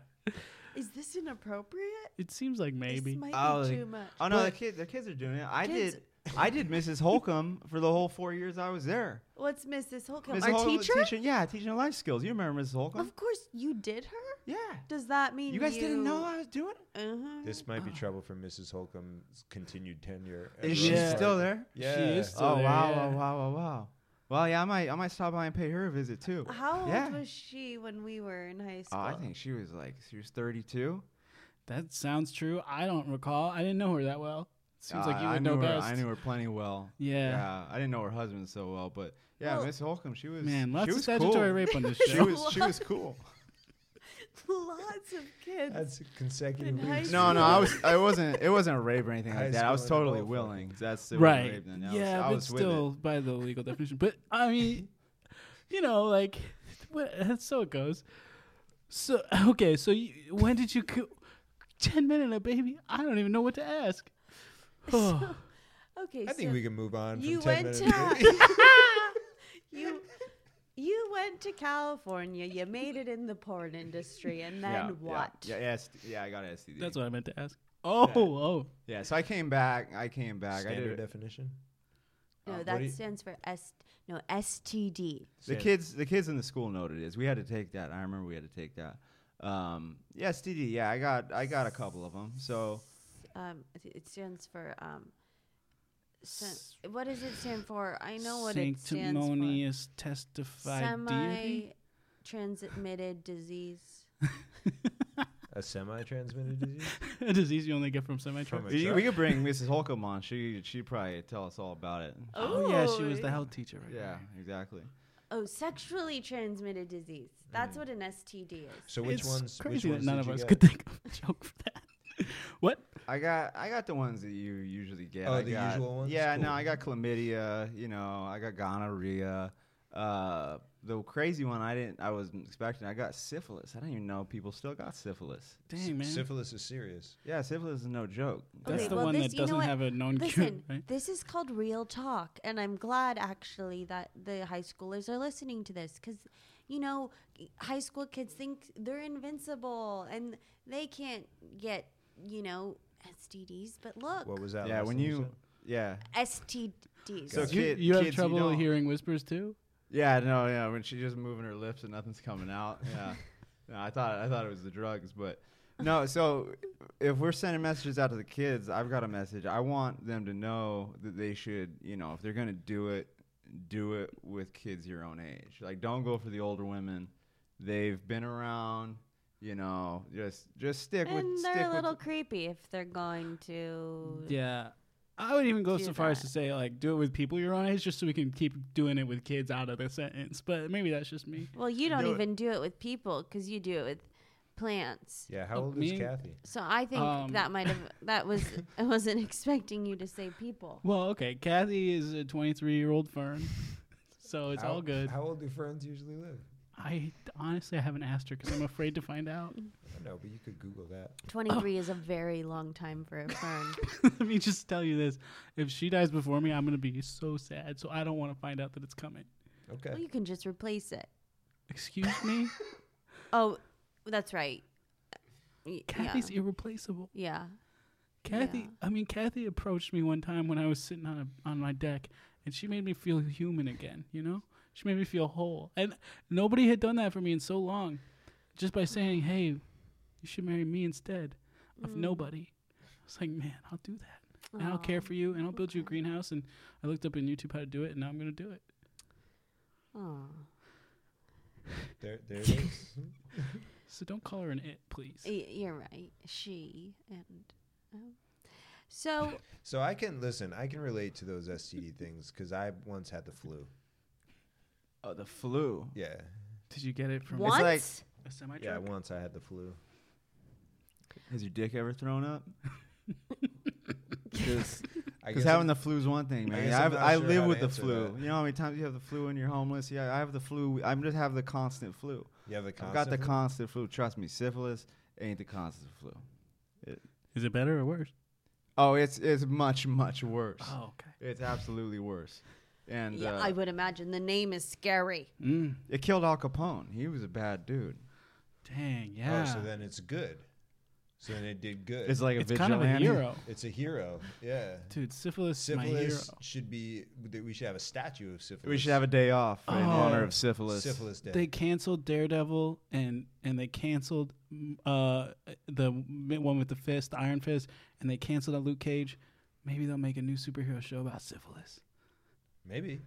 Is this inappropriate?
it seems like maybe.
This might
Oh,
be
like-
too much.
Oh no, the
But
kids, the kids are doing it. I
Kids-
did, I did Mrs. Holcomb for the whole four years I was there.
What's Mrs. Holcomb?
Mrs.
Our
Holcomb was
teacher?
Teaching, yeah, teaching her life skills. You remember Mrs. Holcomb?
Of course, you did her?
Yeah.
Does that mean
You guys didn't know
you-
I was doing it.
Uh-huh.
This might be trouble for Mrs. Holcomb's continued tenure. at
Is
Rose
she
Yeah.
Park.
still there?
Yeah.
is still-
oh
there,
wow,
yeah.
wow, wow, wow, wow. Well, yeah, I might, I might stop by and pay her a visit too.
How old
yeah.
was she when we were in high
Oh,
school?
I think she was like, she was 32.
That sounds true. I don't recall. I didn't know her that well. Seems like
Uh,
you
I
would
knew
know
her,
best.
I knew her plenty well.
Yeah.
Yeah, I didn't know her husband so well, but yeah,
Well-
Miss Holcomb, she was
Man,
she
lots of
was
statutory
cool.
rape on this
She
show.
was she was cool.
Lots of kids.
That's
In
consecutive
high
weeks.
No, no, I was. I wasn't. It wasn't rape or anything
High
like that. I was
school and
totally
all fucking-
willing. That's it was
right.
Rape, then. I was-
yeah,
I
but
was with it.
still by the legal definition. But I mean, you know, like what, that's so it goes. So okay, so you, when did you? Co- Ten men and a baby. I don't even know what to ask. Oh,
okay,
I think
so
we can move on.
you
from
went
10 minutes.
to you you went to California. You made it in the porn industry, and then
Yeah, yeah,
what?
Yeah, yeah, st- yeah, I got an STD.
that's what I meant to ask. Oh, oh,
Yeah, so I came back. I came back. I
Standard
did.
definition.
No,
Uh, what
that
do you-
stands for S. No, STD.
The kids, the kids in the school know what it is. We had to take that. I remember we had to take that. Um, yeah, STD. Yeah, I got, I got a couple of them. So
Um, it- it stands for um. sen- what does it stand for? I know what it stands for.
Sanctimonious testified deity.
Semi-transmitted disease.
A semi-transmitted disease.
a disease you only get from semi
From
trucks.
a
we,
truck?
we could bring Mrs. Holcomb on. She, she'd probably tell us all about it.
Oh yeah, she was the
Ooh.
health teacher, right?
Yeah, exactly.
Oh, sexually transmitted disease.
Mm.
That's what an STD is.
So which
it's
ones?
Crazy
which ones
that none
did
of
you
us
get?
could think of a joke for that. what?
I got I got the ones that you usually get.
Oh,
I
the
got-
usual ones?
Yeah, no,
Cool.
I got chlamydia. You know, I got gonorrhea. Uh, the crazy one I didn't I wasn't expecting. I got syphilis. I didn't even know people still got syphilis.
S-
Dang man.
Syphilis is serious.
Yeah, syphilis is no joke.
That's
Okay,
the
well,
one
this-
that
you know
doesn't
what?
have a known cure,
Listen,
right?
this is called real talk, and I'm glad actually that the high schoolers are listening to this because, you know, high school kids think they're invincible and they can't get, you know, STDs. But look,
What was that?
yeah,
last
when
thing
you
said?
yeah
STDs.
So
you,
kid-
you have
kids, you
trouble
don't-
hearing whispers too?
yeah no yeah when she's just moving her lips and nothing's coming out. Yeah, no, I thought I thought it was the drugs, but no. So if we're sending messages out to the kids, I've got a message. I want them to know that they should, you know, if they're gonna do it, do it with kids your own age. Like, don't go for the older women. They've been around. You know, just just stick
and
with
they're
stick
a
with.
little creepy if they're going to.
Yeah. I would even go
Do
so far as
that.
to say like do it with people your own age just so we can keep doing it with kids out of the sentence. But maybe that's just me.
Well, you don't
Do it.
even do it with people because you do it with plants.
Yeah, how
Uh,
old
me-
is Kathy?
So I think
Um,
that might have that was I wasn't expecting you to say people.
Well, okay. Kathy is a 23 year old fern, so it's
How-
all good.
How old do ferns usually live?
I honestly I haven't asked her because I'm afraid to find out.
I don't know, but you could Google that.
Oh.
23 is a very long time for a fern.
Let me just tell you this: if she dies before me, I'm gonna be so sad. So I don't want to find out that it's coming.
Okay.
well, you can just replace it.
Excuse me,
Oh, that's right. Y- Yeah.
Kathy's irreplaceable.
yeah.
Kathy,
Yeah.
I mean Kathy approached me one time when I was sitting on a, on my deck, and she made me feel human again. You know, she made me feel whole, and nobody had done that for me in so long, just by saying, "Hey, you should marry me instead of
Mm.
nobody." I was like, "Man, I'll do that, and I'll care
Aw.
for you, and I'll build you a
okay.
greenhouse." And I looked up on YouTube how to do it, and now I'm gonna do it.
Aw.
There, there it is.
So don't call her an it, please.
Y- You're right. She and oh. so
so I can listen. I can relate to those STD things because I once had the flu.
Oh, the flu.
Yeah,
Did you get it from
once
like-
a semi
yeah.
truck?
Once I had the flu.
Has your dick ever thrown up? Because
I
having the flu is one thing, man.
guess
I,
I'm
have,
not
I
sure
live
how
with
to
the
answer
flu.
that.
You know how many times you have the flu when you're homeless? Yeah, I have the flu. I'm just have the constant flu.
you have the
I've got
constant flu?
the constant flu. Trust me, syphilis ain't the constant flu.
Is it better or worse?
Oh, it's it's much much worse.
Oh, okay.
It's absolutely worse. And
yeah,
uh,
I would imagine the name is scary.
Mm,
it killed Al Capone. He was a bad dude.
dang, yeah.
Oh, so then it's good. So then it did good.
It's like a
it's kind of
vigilante.
a hero.
it's a hero. Yeah.
Dude, syphilis, is my hero.
Syphilis should be. We should have a statue of syphilis.
We should have a day off in
Oh.
honor of syphilis.
syphilis day.
They canceled Daredevil and and they canceled mm, uh the m- one with the fist, Iron Fist, and they canceled on Luke Cage. Maybe they'll make a new superhero show about syphilis.
Maybe.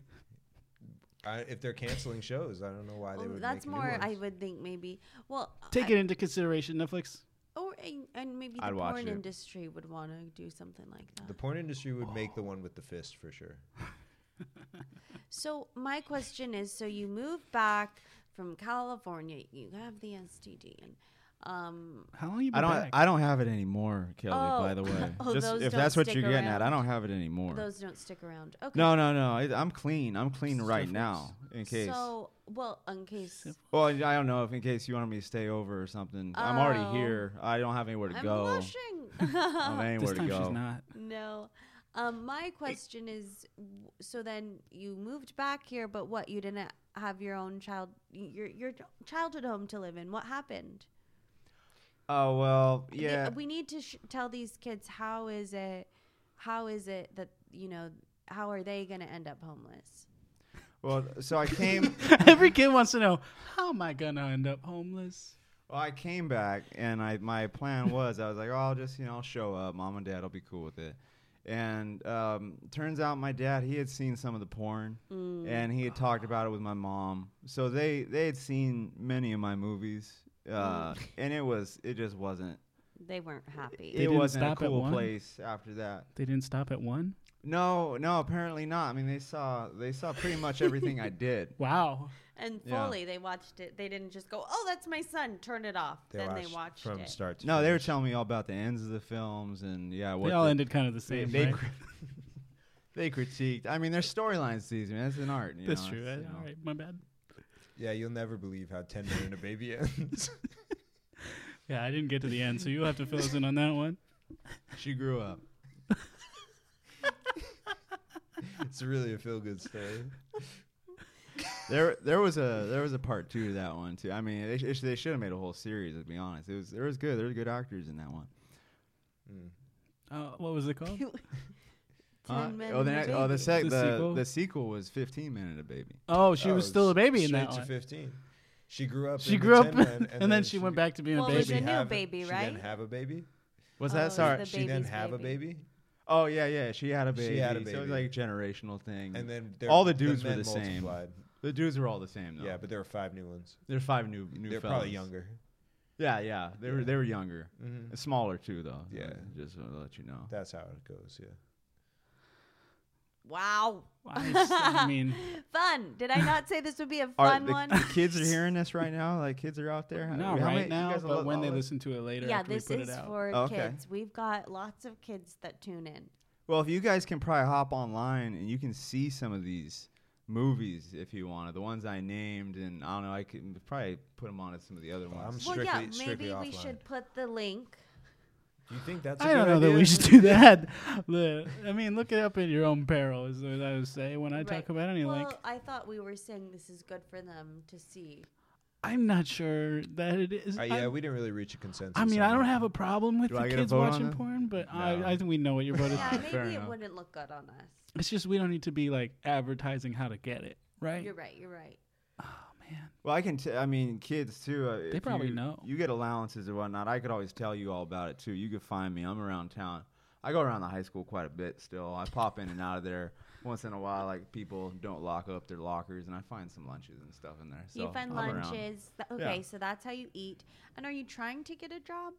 I, if they're canceling shows, I don't know why they
Oh,
would.
that's
make
more.
New
I
ones.
would think maybe. Well,
Take
I-
it into consideration, Netflix.
Or and, and maybe the
I'd watch
porn
it.
industry would want to do something like that.
The porn industry would make the one with the fist for sure.
So my question is: So you moved back from California, you have the STD, and um,
How long you been
I don't.
back?
I don't have it anymore, Kelly.
Oh.
By the way,
Oh,
just
those
if
don't
that's what
stick
you're getting at,
around.
I don't have it anymore.
those don't stick around. Okay.
no, no, no. I, I'm clean. I'm clean right
Syphilis.
now. In case.
So well, in case
well, I don't know if in case you wanted me to stay over or something. I'm
Oh.
already here. I don't have anywhere to
I'm
go. I don't have
blushing.
anywhere
this
to
time
go.
she's not.
no. Um, my question is: w- So then you moved back here, but what? You didn't have your own child, your your childhood home to live in. What happened?
Oh well,
Th-
yeah.
we need to sh- tell these kids how is it how is it that you know how are they going to end up homeless
Well, so I came.
Every kid wants to know how am I gonna end up homeless?
Well, I came back and I my plan was I was like, oh, I'll just you know I'll show up. Mom and Dad will be cool with it. And um, turns out my dad he had seen some of the porn
Mm.
and he had talked about it with my mom. So they they had seen many of my movies. Uh,
Mm.
and it was it just wasn't
they weren't happy
it
didn't
wasn't a
stop at
cool
one?
place after that.
They didn't stop at one.
No, no, apparently not. I mean, they saw they saw pretty much everything I did.
Wow.
and
Yeah.
fully they watched it they didn't just go oh that's my son turn it off then they watched
from
it
start. To
No, they were
finish.
telling me all about the ends of the films and yeah, what
they all
the-
ended kind of the
They-
same.
They,
right?
cri- they critiqued. I mean, their storylines these. I mean, that's an art. you
That's
know,
true.
it's,
I-
you know.
All right, my bad.
Yeah, you'll never believe how tender and a baby ends.
Yeah, I didn't get to the end, so you'll have to fill us in on that one.
She grew up.
it's really a feel good story.
There, there was a there was a part two to that one too. I mean, they, sh- they should have made a whole series. To be honest, it was there was good. There were good actors in that one.
Mm.
Uh, what was it called?
Huh?
Ten men
oh,
and
the
a
next, oh, the,
baby.
sec-
The
the, the,
sequel?
sequel? was 15 minute a baby.
Oh, she
Oh,
was still a baby in
straight
that
to
one.
fifteen. She grew up.
She
into
grew up,
10
and,
men,
then, she, went back to being
Well,
a
there's
she
a
baby.
new
have-
baby,
she
right?
didn't have a baby.
Was
Oh, it
that
was
sorry?
the
She didn't
baby's
have a
baby.
baby,
oh yeah, yeah. She had a baby.
She had a
So it was
baby.
like a generational
and
thing.
Mm-hmm.
then there-
all the dudes were
men
the same.
multiplied.
The dudes were all the same though.
Yeah, but there were five new ones.
there's five new new.
They're
fellas.
probably younger.
Yeah, yeah. They were they were younger.
Mhm.
Smaller too, though.
Yeah.
just to let you know.
That's how it goes. Yeah.
Wow.
I s- I mean,
fun. Did I not say this would be a
Are
fun
the,
one?
the kids are hearing this right now? Like kids are out there? How
not
many-
right
you
now,
guys oh,
but
all-
when they
all-
listen to it later
yeah,
after we
this
put
is
it out.
for
Okay.
kids. We've got lots of kids that tune in.
Well, if you guys can probably hop online and you can see some of these movies if you wanted, the ones I named, and I don't know, I could probably put them on to some of the other
Well,
ones.
I'm
well, yeah,
Strictly- strictly
maybe we
offline.
should put the link.
Do you think that's? I
I don't know that we should do that. The- I mean, look it up at your own peril, is what I would say when I talk
Right.
about any
well,
link.
I thought we were saying this is good for them to see.
I'm not sure that it is.
Uh,
I-
yeah, we didn't really reach a consensus.
I mean,
on
I don't
that.
have a problem with
Do
the
I get a
kids
vote on
watching
it?
porn, but
No.
I, I think we know what your vote is.
yeah, maybe
fair
it
enough.
wouldn't look good on us.
It's just we don't need to be like advertising how to get it, right?
You're right. You're right.
Man,
Well, I can. T- I mean, kids too. Uh, if
probably
you,
know.
You get allowances or whatnot. I could always tell you all about it too. You could find me. I'm around town. I go around the high school quite a bit still. I pop in and out of there once in a while. Like people don't lock up their lockers, and I find some lunches and stuff in there. So
you find
I'm around.
lunches. Th- Okay, so that's how you eat. And are you trying to get a job?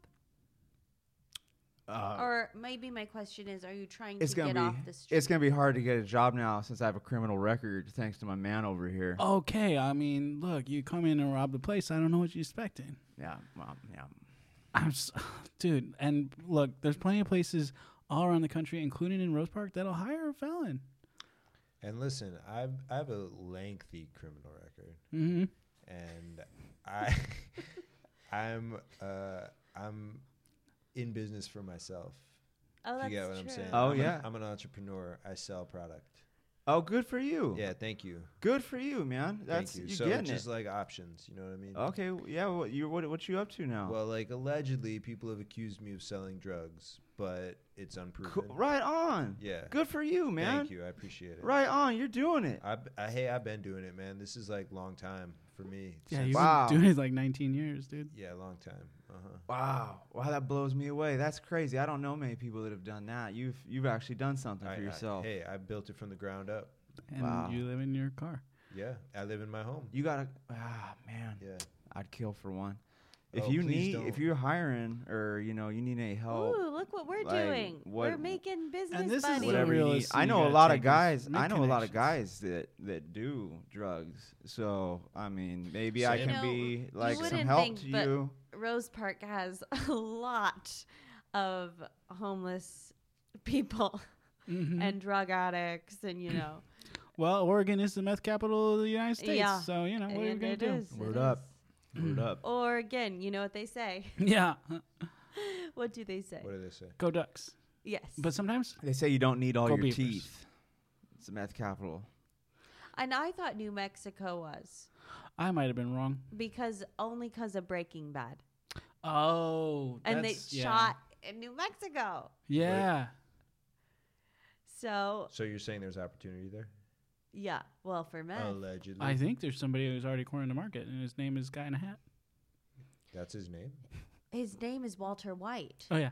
Uh,
or maybe my question is, are you trying
it's
to
gonna
get
be
off the street?
it's gonna be hard to get a job now since I have a criminal record thanks to my man over here.
Oh.
okay. I mean, look, you come in and rob the place. I don't know what you're expecting.
Yeah, well, yeah.
I'm, s dude. And look, there's plenty of places all around the country, including in Rose Park, that'll hire a felon.
And listen, I've I have a lengthy criminal record,
Mm-hmm.
and I, I'm uh, I'm in business for myself.
oh,
if
that's
you get what
true.
I'm saying?
Oh,
I'm an-
yeah.
I'm an entrepreneur. I sell product.
Oh, good for you.
Yeah, thank you.
good for you, man. That's
thank
you.
you.
are
so
getting
just
it.
like options, you know what I mean?
okay, w- yeah. What you what what you up to now?
Well, like allegedly, people have accused me of selling drugs, but it's unproven.
Cool. Right on.
Yeah.
Good for you, man.
Thank you. I appreciate it.
Right on. You're doing it.
I, b- I- hey, I've been doing it, man. This is like long time for me.
Yeah,
since-
you've
Wow.
been doing it like 19 years, dude.
yeah, long time. Uh huh.
Wow. Wow, that blows me away. That's crazy. I don't know many people that have done that. You've you've actually done something for yourself.
hey, I built it from the ground up.
And
Wow.
you live in your car.
Yeah, I live in my home.
You gotta ah man.
Yeah,
I'd kill for one. If
Oh,
you
please
need if
don't.
you're hiring or you know, you need any help.
Ooh, look what we're
Oh, like,
doing.
what-
we're making business
this is
buddies.
what
whatever you need.
realistic
I
you
know a
gotta
lot
take
of
is
guys.
make
I know a lot of
connections.
guys that that do drugs. So I mean, maybe
So
I
you
can
know,
be
you
like some
wouldn't
help
think,
to
but-
you.
Rose Park has a lot of homeless people
Mhm.
and drug addicts, and you know,
Well, Oregon is the meth capital of the United States,
Yeah.
so you know what are you
and
gonna
it
do?
is,
Word
it
up.
is.
Mm.
Word up.
Or again, you know what they say.
Yeah,
what do they say?
what do they say?
go Ducks.
yes,
But sometimes
They say you don't need all
Go
your
Beavers.
teeth. It's the meth capital.
and I thought New Mexico was
I might have been wrong.
because only because of Breaking Bad,
Oh,
and they
that's- yeah.
shot in New Mexico.
Yeah,
So
So you're saying there's opportunity there?
yeah, well for men,
Allegedly,
I think there's somebody who's already cornered the market, and his name is Guy in a Hat.
that's his name. I
his name is Walter White,
Oh yeah,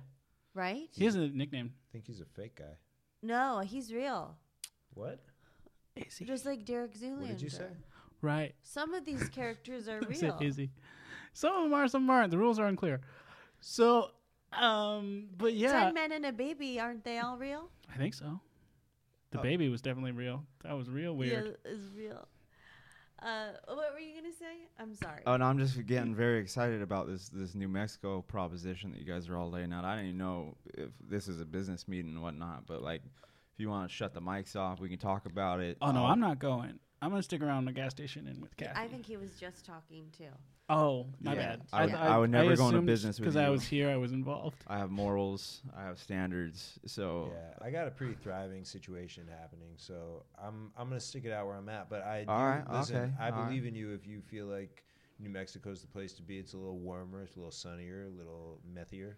right?
he has a nickname.
think he's a fake guy.
No, he's real.
What?
Is
Just like Derek Zulian.
What did you say?
Right.
Some of these characters are
I said
real.
Izzy. Some of them are, some aren't. The rules are unclear. So, um, but yeah,
Ten men and a baby, aren't they all real?
I think so. The
Oh.
baby was definitely real. That was real weird.
Yeah, it's real. Uh, what were you gonna say? I'm sorry.
Oh, no, I'm just getting very excited about this this New Mexico proposition that you guys are all laying out. I don't even know if this is a business meeting and whatnot, but like, if you want to shut the mics off, we can talk about it.
Oh no,
I'll-
I'm not going. I'm gonna stick around the gas station and with Kathy.
I think he was just talking too.
Oh, my
Yeah,
bad.
I would- I would never go into business with
because I
you.
was here. I was involved.
I have morals. I have standards. So
Yeah, I got a pretty thriving situation happening, so I'm I'm gonna stick it out where I'm at. But I do,
All right,
listen,
okay,
I
all right.
believe in you. If you feel like New Mexico's the place to be, it's a little warmer, it's a little sunnier, a little methier.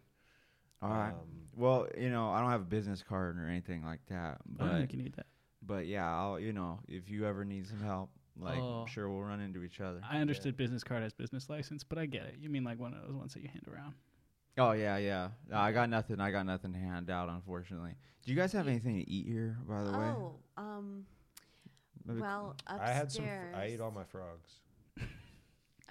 all right.
Um,
well, you know, I don't have a business card or anything like that,
Oh,
I don't
but
think you need that.
but yeah, I'll you know, if you ever need some help, like,
Oh.
I'm sure we'll run into each other.
I understood business card as business license, but I get it. You mean like one of those ones that you hand around?
Oh yeah, yeah. No, I got nothing. I got nothing to hand out, unfortunately. Do you guys have anything to eat here, by the way?
Oh, um,
Maybe-
well, upstairs.
I had some. fr- I ate all my frogs.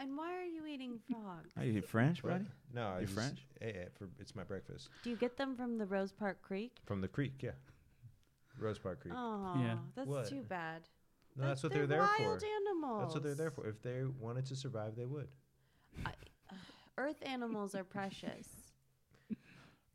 And why are you eating frogs?
Oh, you eat French,
What?
buddy?
No, I
You
just-
French?
eh, eh, for, it's my breakfast
Do you get them from the Rose Park Creek?
from the creek. Yeah, Rose Park Creek.
Oh, that's
What?
too bad.
no, that's what they're, there for.
Wild animals.
That's what they're there for. If they wanted to survive, they would.
Earth animals are precious.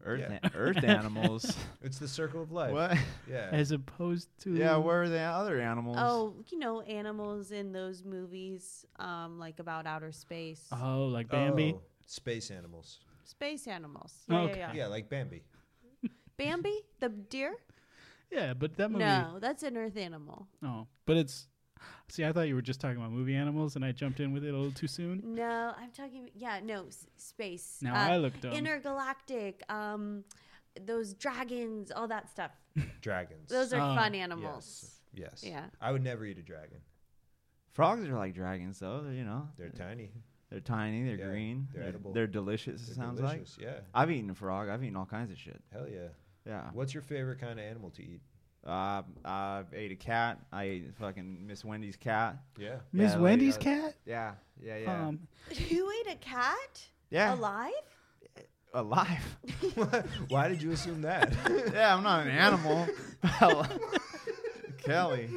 Earth,
Yeah.
an- earth animals.
It's the circle of life.
what?
Yeah.
As opposed to
Yeah, where are the other animals?
Oh, you know animals in those movies, um, like about outer space,
Oh, like Bambi.
Oh, space animals.
space animals. Yeah, yeah,
Okay.
yeah,
Yeah, like Bambi.
Bambi, the deer.
Yeah, but that movie.
No, that's an earth animal.
Oh, but it's. See, I thought you were just talking about movie animals, and I jumped in with it a little too soon.
No, I'm talking. Yeah, no, s- space.
Now
uh,
I look dumb.
intergalactic. Um, those dragons, all that stuff.
Dragons.
Those are
Oh,
fun animals.
yes.
Yeah.
I would never eat a dragon.
Frogs are like dragons, though. They're, you know,
Mm.
They're tiny.
they're tiny, they're
Yeah,
green,
they're edible.
they're delicious.
They're
it sounds
delicious. Yeah.
like. Uh. I've eaten a frog. I've eaten all kinds of shit.
Hell yeah.
Yeah.
What's your favorite kind of animal to eat?
Uh, I ate a cat. I ate fucking Miss Wendy's cat.
Yeah.
Miss
Yeah, like,
Wendy's
uh,
cat.
Yeah, yeah, yeah.
Um,
Who ate a cat?
yeah,
Alive?
alive.
Why did you assume that?
yeah, I'm not an animal. Kelly.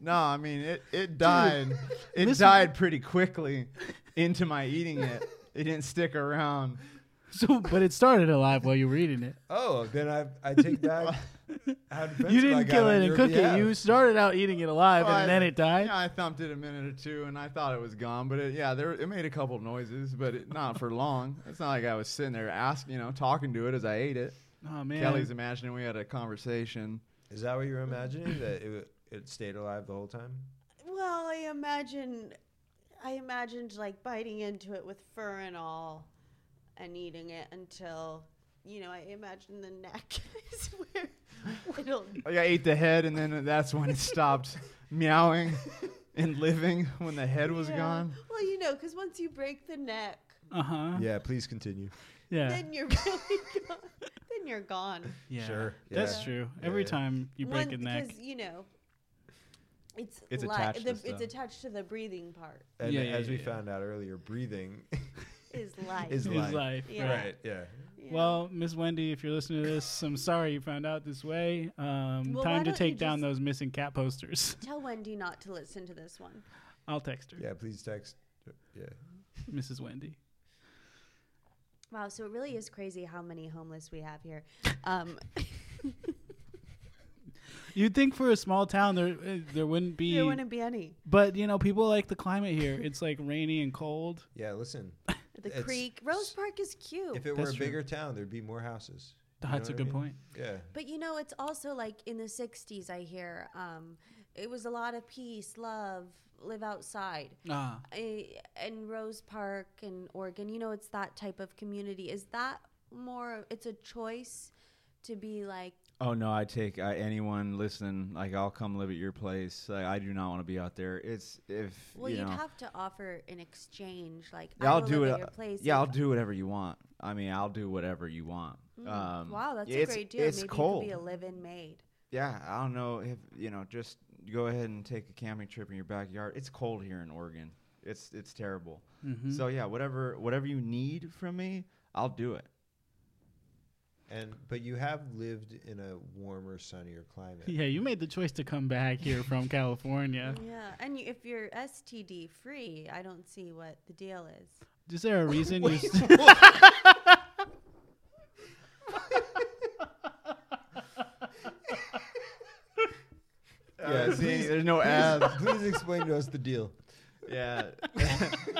No, I mean it. It died. It
listen-
died pretty quickly into my eating it. It didn't stick around.
so, but it started alive while you were eating it.
oh, then I I take back. How defensive
you
I
didn't
got
kill
on
it and
your
cook
behalf.
it. You started out eating it alive,
Well, I-
and then it died.
Yeah, I thumped it a minute or two, and I thought it was gone. But it, yeah, there it made a couple noises, but it, not for long. It's not like I was sitting there asking, you know, talking to it as I ate it.
Oh man,
Kelly's imagining we had a conversation.
Is that what you're imagining that it it stayed alive the whole time?
Well, I imagine, I imagined like biting into it with fur and all, and eating it until, you know, I imagine the neck is where it'll.
Like I ate the head, and then that's when it stopped meowing and living when the head was
Yeah.
gone.
Well, you know, because once you break the neck,
Uh huh.
Yeah, please continue.
Yeah.
then you're really gone. Then you're gone.
yeah.
Sure.
That's
Yeah.
true.
Yeah,
Every
yeah.
time you break
One,
a neck.
Because you know, it's
It's
li-
attached
the- it's
to stuff.
attached to the breathing part.
And
Yeah, yeah,
as we
yeah.
found out earlier, breathing
Is life.
is
Is
life.
life.
Yeah.
Right.
Right. Yeah.
Yeah.
Well, Miss Wendy, if you're listening to this, I'm sorry you found out this way.
Well,
Um,
why
time to
don't you
take down
just-
those missing cat posters.
Tell Wendy not to listen to this one.
I'll text her,
Yeah. Please text. Yeah.
Mrs. Wendy.
Wow, so it really is crazy how many homeless we have here. Um,
You'd think for a small town there uh, there wouldn't be,
there wouldn't be any.
but you know people like the climate here. It's like rainy and cold.
Yeah. Listen,
The
It's-
creek, Rose Park is cute,
if it were
Oh, That's
a
true.
bigger town, there'd be more houses. You know
That's a
what I
good
mean?
point.
Yeah.
but you know it's also like in the '60s. I hear um, it was a lot of peace, love, live outside.
Ah,
I, and Rose Park and Oregon, you know, it's that type of community. Is that more? It's a choice to be like,
Oh no, I take uh, anyone listen. Like I'll come live at your place. Like, I do not want to be out there. It's if
well,
you
you
know.
would have to offer an exchange. Like,
yeah,
I
I'll
will
do
live
it.
At your place
yeah, I'll
if-
do whatever you want. I mean, I'll do whatever you want.
Mm,
Um,
Mm-hmm. wow, that's a
it's-
great deal.
It's
Maybe
cold.
it could be a live-in maid.
yeah, I don't know if you know. Just go ahead and take a camping trip in your backyard. It's cold here in Oregon. It's it's terrible.
Mm-hmm.
mhm.
So yeah, whatever whatever you need from me, I'll do it.
And but you have lived in a warmer, sunnier climate.
yeah, you made the choice to come back here from California.
Yeah, and you, if you're STD free, I don't see what the deal is.
Is there a reason you? s-
Yeah,
Yeah, see,
please-
there's no ads.
Uh, Please explain to us the deal.
Yeah.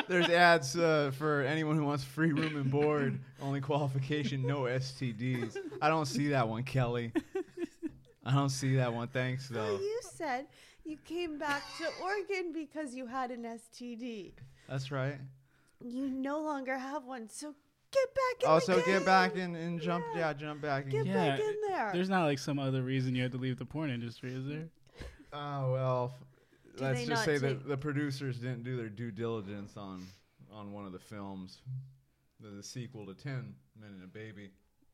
There's ads uh, for anyone who wants free room and board. Only qualification, no STDs. I don't see that one, Kelly. I don't see that one. Thanks,
Well,
though.
you said you came back to Oregon because you had an STD.
That's right.
You no longer have one, so get back in.
Also,
the game.
get back and, and jump.
Yeah.
Yeah, jump back.
Get
And,
Yeah,
back in there.
There's not like some other reason you had to leave the porn industry, is there?
oh, well.
Do
Let's
they
just
not
say that
take-
the producers didn't do their due diligence on on one of the films, the, the sequel to Ten Men and a Baby.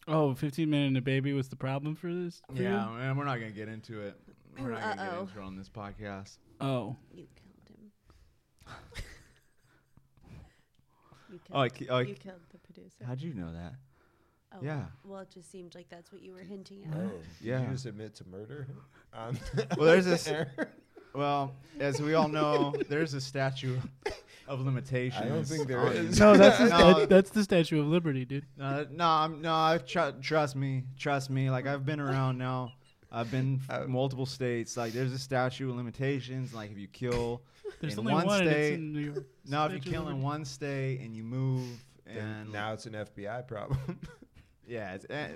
Oh, 15 minute and a baby was the problem for this? for you?
Yeah, and we're not gonna get into it. We're not gonna
Uh-oh.
get into it on this podcast.
Oh.
You killed him. you killed,
Oh, I, ki- oh, I
you
ki-
Oh,
killed the producer.
How'd you know that?
Oh,
Yeah.
Well, it just seemed like that's what you were hinting
Oh,
at.
did
Yeah.
you just admit to murder? Um, On
Well, there's this-
air?
Well, as we all know, there's a statue of limitations.
I don't think there
on-
is.
No, that's the,
No.
that- that's the Statue of Liberty, dude.
No, no, I'm, no. I tr- trust me, trust me. Like I've been around now. I've been f-
Uh,
multiple states. Like there's a statute of limitations. Like if you kill,
There's
In
only
one
one, and it's
state-
in New York.
no, if you
Statue of
kill in
Liberty.
one state and you move,
Then
and
now it's an FBI problem.
yeah, it's, eh,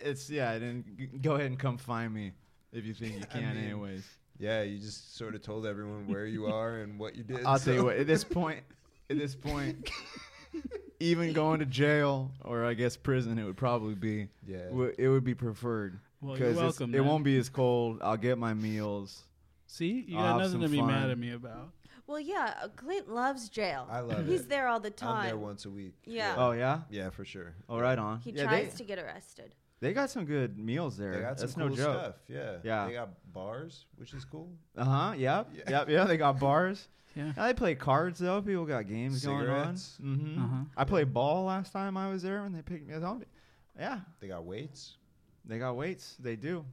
it's yeah. Then g- go ahead and come find me if you think you
I
can.
mean,
anyways,
yeah, you just sort of told everyone where you are and what you did.
I'll tell you
so-
what. At this point, at this point, even going to jail or I guess prison, it would probably be.
Yeah.
w- It would be preferred.
Well, you're
Because
welcome.
it
man.
won't be as cold. I'll get my meals.
See, you
I'll
got
have
nothing
some
to be mad
fun.
at me about.
Well, yeah, uh, Clint loves jail.
I love
He's
it.
there all the
I'm there
time.
once a week.
Yeah.
Oh yeah.
Yeah, for sure.
Oh right on.
he
yeah,
tries
they,
to get arrested.
they got some good meals there.
They got some
That's
cool
no joke.
stuff. Yeah.
Yeah.
They got bars, which is cool.
Uh huh. Yep.
Yeah.
Yep. Yeah. They got bars.
Yeah.
Yeah, they play cards though. People got games
Cigarettes.
going on. Mm-hmm.
Uh-huh.
I played ball last time I was there when they picked me up. Yeah.
They got weights.
They got weights. They do,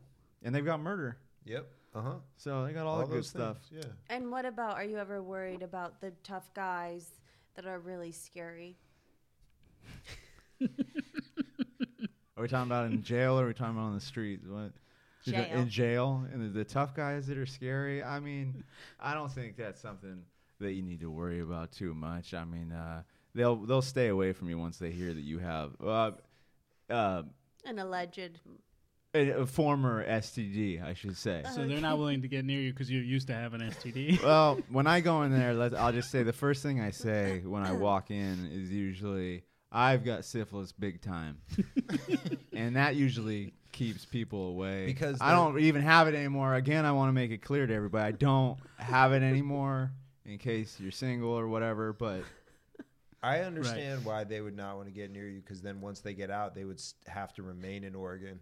and they've got murder.
Yep. Uh huh.
So they got all, the good stuff.
Yeah.
And what about? Are you ever worried about the tough guys that are really scary?
Are we talking about in jail or are we talking about on the streets? What? You're talking-
Jail.
In jail, and the, the tough guys that are scary. I mean, I don't think that's something that you need to worry about too much. I mean, uh, they'll they'll stay away from you once they hear that you have uh, uh,
An alleged.
a, a former STD, I should say.
So they're not willing to get near you because you're used to having STD.
well, when I go in there, let I'll just say the first thing I say when I walk in is usually I've got syphilis big time, and that usually keeps people away
Because
I
the-
don't even have it anymore. Again, I want to make it clear to everybody I don't have it anymore. In case you're single or whatever, but
I understand why they would not want to get near you because then once they get out, they would s- have to remain in Oregon.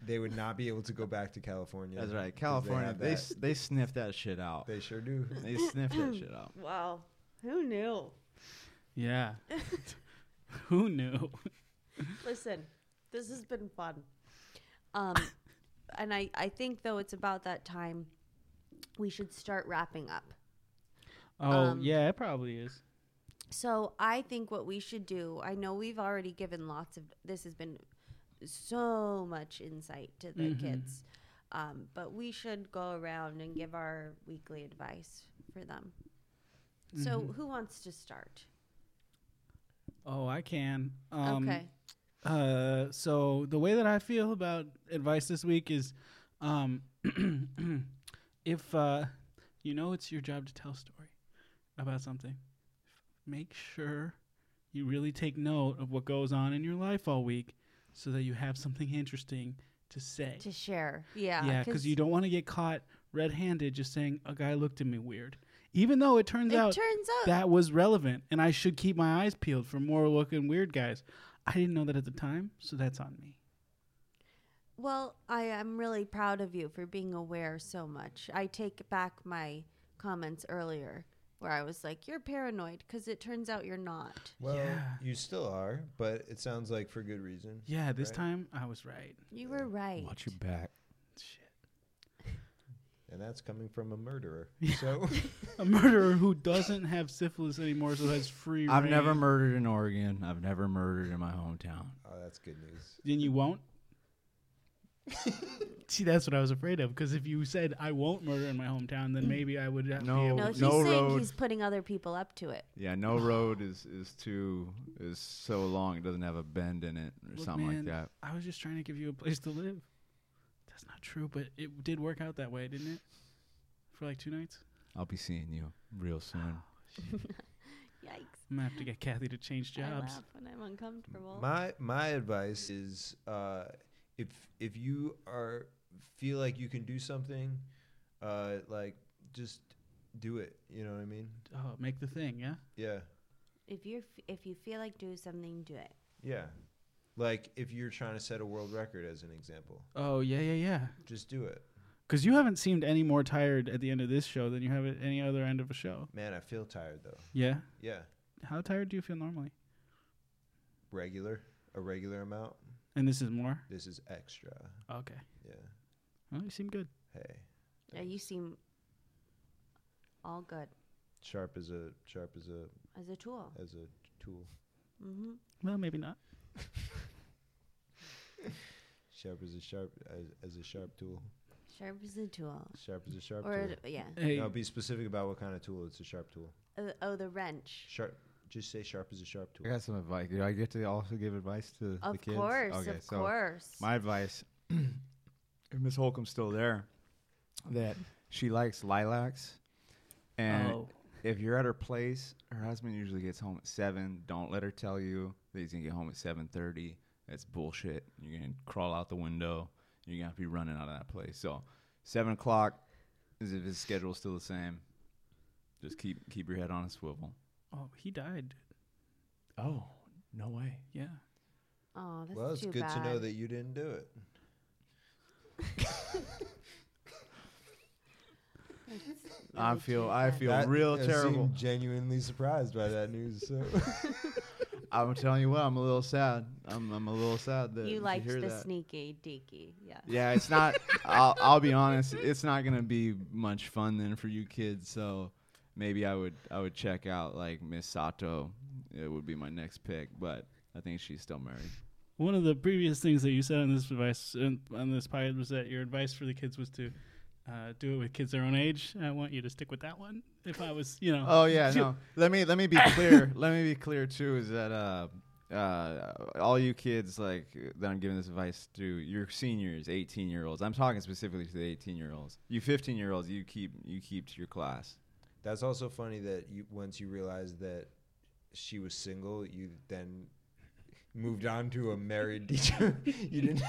They would not be able to go back to California.
that's right,
'cause
California.
have
They
that.
s- they sniff that shit out.
they sure do.
They sniff that shit out.
Wow. Who knew?
yeah. Who knew?
Listen, this has been fun. Um, and I, I think though it's about that time we should start wrapping up.
Oh
Um,
yeah, it probably is.
So I think what we should do, I know we've already given lots of, this has been so much insight to the
Mm-hmm.
kids, um, but we should go around and give our weekly advice for them. So
Mm-hmm.
who wants to start?
Oh, I can. Um,
okay.
Uh, so the way that I feel about advice this week is, um, if uh, you know it's your job to tell a story about something, make sure you really take note of what goes on in your life all week, so that you have something interesting to say.
To share. Yeah.
yeah, because you don't want to get caught red-handed just saying a guy looked at me weird, even though it turns
It
out
turns out
that was relevant and I should keep my eyes peeled for more looking weird guys. I didn't know that at the time, so that's on me.
Well, I am really proud of you for being aware so much. I take back my comments earlier where I was like, you're paranoid because it turns out you're not.
Well,
Yeah.
you still are, but it sounds like for good reason.
Yeah, this
Right.
time I was right.
You were right.
back.
Shit.
And that's coming from a murderer. So
A murderer who doesn't have syphilis anymore, so has free.
I've
reign.
never murdered in Oregon. I've never murdered in my hometown.
oh, that's good news.
Then you won't. See, that's what I was afraid of. Because if you said I won't murder in my hometown, then maybe I would have
No.
be able
no,
to-
he's
No
saying
road.
he's putting other people up to it.
Yeah, no road is is too is so long. It doesn't have a bend in it or
Look,
something
man,
like that.
I was just trying to give you a place to live. That's not true, but it did work out that way, didn't it? For like two nights.
I'll be seeing you real soon.
Yikes.
I'm gonna have to get Kathy to change
I
jobs.
laugh when I'm uncomfortable.
My my advice is uh, if if you are feel like you can do something, uh, like just do it. You know what I mean?
Oh, make the thing, yeah.
Yeah.
if you are if you feel like do something, do it.
Yeah. Like if you're trying to set a world record as an example,
Oh yeah, yeah, yeah.
just do it.
Because you haven't seemed any more tired at the end of this show than you have at any other end of a show.
Man, I feel tired though.
Yeah.
Yeah.
How tired do you feel normally?
Regular. a regular amount.
And this is more.
This is extra.
Okay.
Yeah.
Well, you seem good.
Hey,
Yeah, Uh, you seem all good
sharp as a sharp as a
as a tool.
as a tool.
Mm-hmm.
Well, maybe not.
Sharp as a sharp as, as a sharp tool.
Sharp as a tool.
Sharp as a sharp
Or,
tool.
yeah.
Hey,
No, be specific about what kind of tool. It's a sharp tool.
Oh, oh, the wrench.
Sharp. Just say sharp as a sharp
I
tool.
got some advice. Do I get to also give advice to the
Of
kids?
course, of
so
course.
My advice, if Miss Holcomb's still there, that she likes lilacs, and
Oh.
if you're at her place, her husband usually gets home at seven. Don't let her tell you that he's gonna get home at seven thirty. That's bullshit. You're gonna crawl out the window. You're gonna have to be running out of that place. So seven o'clock is if his schedule's still the same. Just keep keep your head on a swivel.
oh, he died.
Oh, no way.
Yeah.
Oh, that's
well, it's
too
good
bad.
to know that you didn't do it.
I
Really
feel
too
I
bad.
feel
That-
real
I
terrible.
seem genuinely surprised by that news. So.
I'm telling you what, I'm a little sad. I'm, I'm a little sad that
You liked
hear
the
that.
sneaky deaky. Yeah.
Yeah, it's not. I'll, I'll be honest. It's not gonna be much fun then for you kids. So maybe I would I would check out like Miss Sato. It would be my next pick, but I think she's still married.
One of the previous things that you said on this advice on on this pod was that your advice for the kids was to uh, do it with kids their own age. I want you to stick with that one. If I was, you know.
Oh yeah, no. Let me let me be clear. let me be clear too. Is that uh, uh, all you kids like that I'm giving this advice to your seniors, 18 year olds. I'm talking specifically to the 18 year olds. You 15 year olds, you keep you keep to your class.
That's also funny that you once you realized that she was single, you then moved on to a married teacher. you didn't.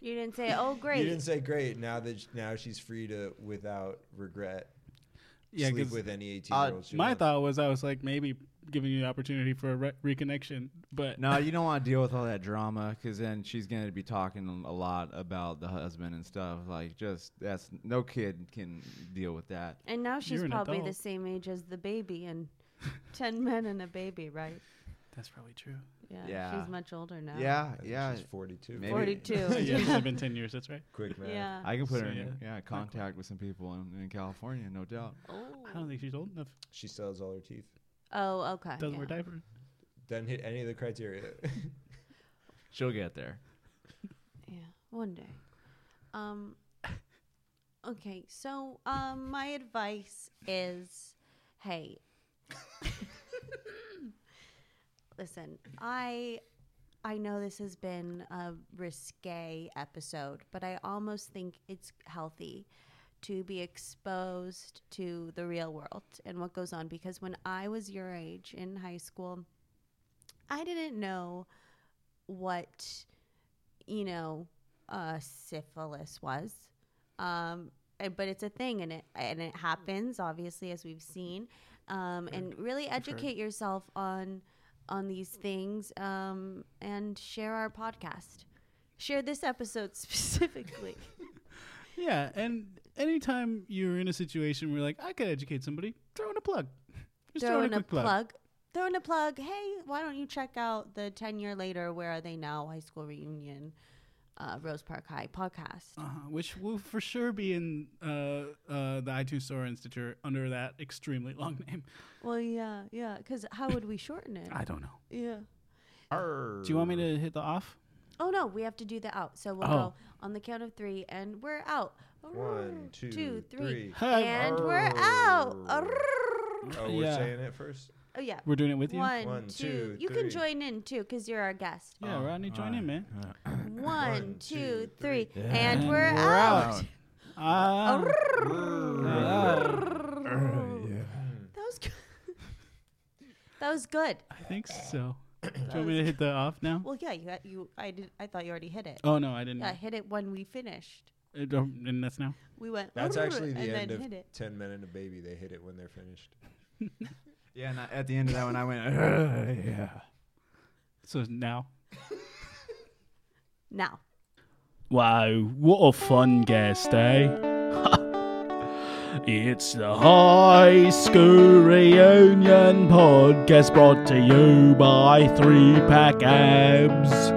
You didn't say, oh, great.
You didn't say great. Now that sh- now she's free to without regret
yeah.
sleep
'cause
with any eighteen year old. she
my
wants.
thought was I was like maybe giving you the opportunity for a re- reconnection, but
No, you don't want to deal with all that drama because then she's going to be talking a lot about the husband and stuff. Like, just that's no kid can deal with that.
And now she's
You're an
probably the
adult.
same age as the baby and 10 men and a baby, right?
that's probably true.
Yeah.
Yeah.
She's much older now.
Yeah,
I think
yeah.
she's forty two.
Maybe-
42.
Oh, yeah, it's
yeah.
been ten years. That's right.
Quick man.
yeah.
I can put
So,
her in
yeah.
yeah, contact with some people in, in California, no doubt.
I don't think she's old enough.
She still has all her teeth.
Oh, okay.
Doesn't
yeah.
wear diapers.
Doesn't hit any of the criteria.
She'll get there.
Yeah, one day. Um, okay, so um, my advice is, hey, listen, I I know this has been a risque episode, but I almost think it's healthy to be exposed to the real world and what goes on because when I was your age in high school, I didn't know what you know, uh, syphilis was. Um, eh, but it's a thing, and it and it happens obviously as we've seen. Um, and really educate yourself on on these things, um, and share our podcast. Share this episode specifically.
Yeah, and anytime you're in a situation where you're like I could educate somebody, throw in a plug. Just
throw in a
quick
plug. Throw in a plug. Hey, why don't you check out the ten year later? Where are they now? High school reunion, uh, Rose Park High podcast.
Uh-huh, which will for sure be in uh, uh, the iTunes Store and Stitcher under that extremely long name.
Well, yeah, yeah. Because how would we shorten it?
I don't know.
yeah.
Do you want me to hit the off?
Oh no, we have to do the out. So we'll
Oh.
go on the count of three, and we're out.
One,
Arrr,
two,
two, three,
three.
Hi.
and we're out.
Arrr.
Arrr.
oh, we're
Yeah.
saying it first.
Oh yeah,
We're doing it with you.
one,
One,
two.
two,
You can
three.
join in too, cause you're our guest.
Yeah, Rodney, join in, man.
One, two,
two,
three,
Yeah.
and
And
we're
we're
out.
Ah.
yeah.
That was good. That was good.
I think so. Do you want me to hit the off now?
Well, yeah, you, you, I did. I thought you already hit it.
Oh no, I didn't.
Yeah, I hit it when we finished.
Uh, don't- and that's now.
We went.
That's
"Arrr,"
actually the
and
end
then
of
hit it.
Ten Men and a Baby. They hit it when they're finished.
Yeah, and I, at the end of that one, I went,
yeah.
So now.
Now.
Wow, what a fun guest, eh? It's the High School Reunion podcast brought to you by Three Pack Abs.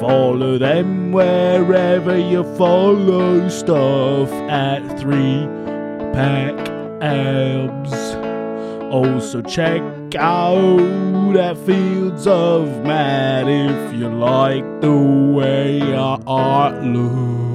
Follow them wherever you follow stuff at Three Pack Abs. Also, check out at Fields of Mad if you like the way our art looks.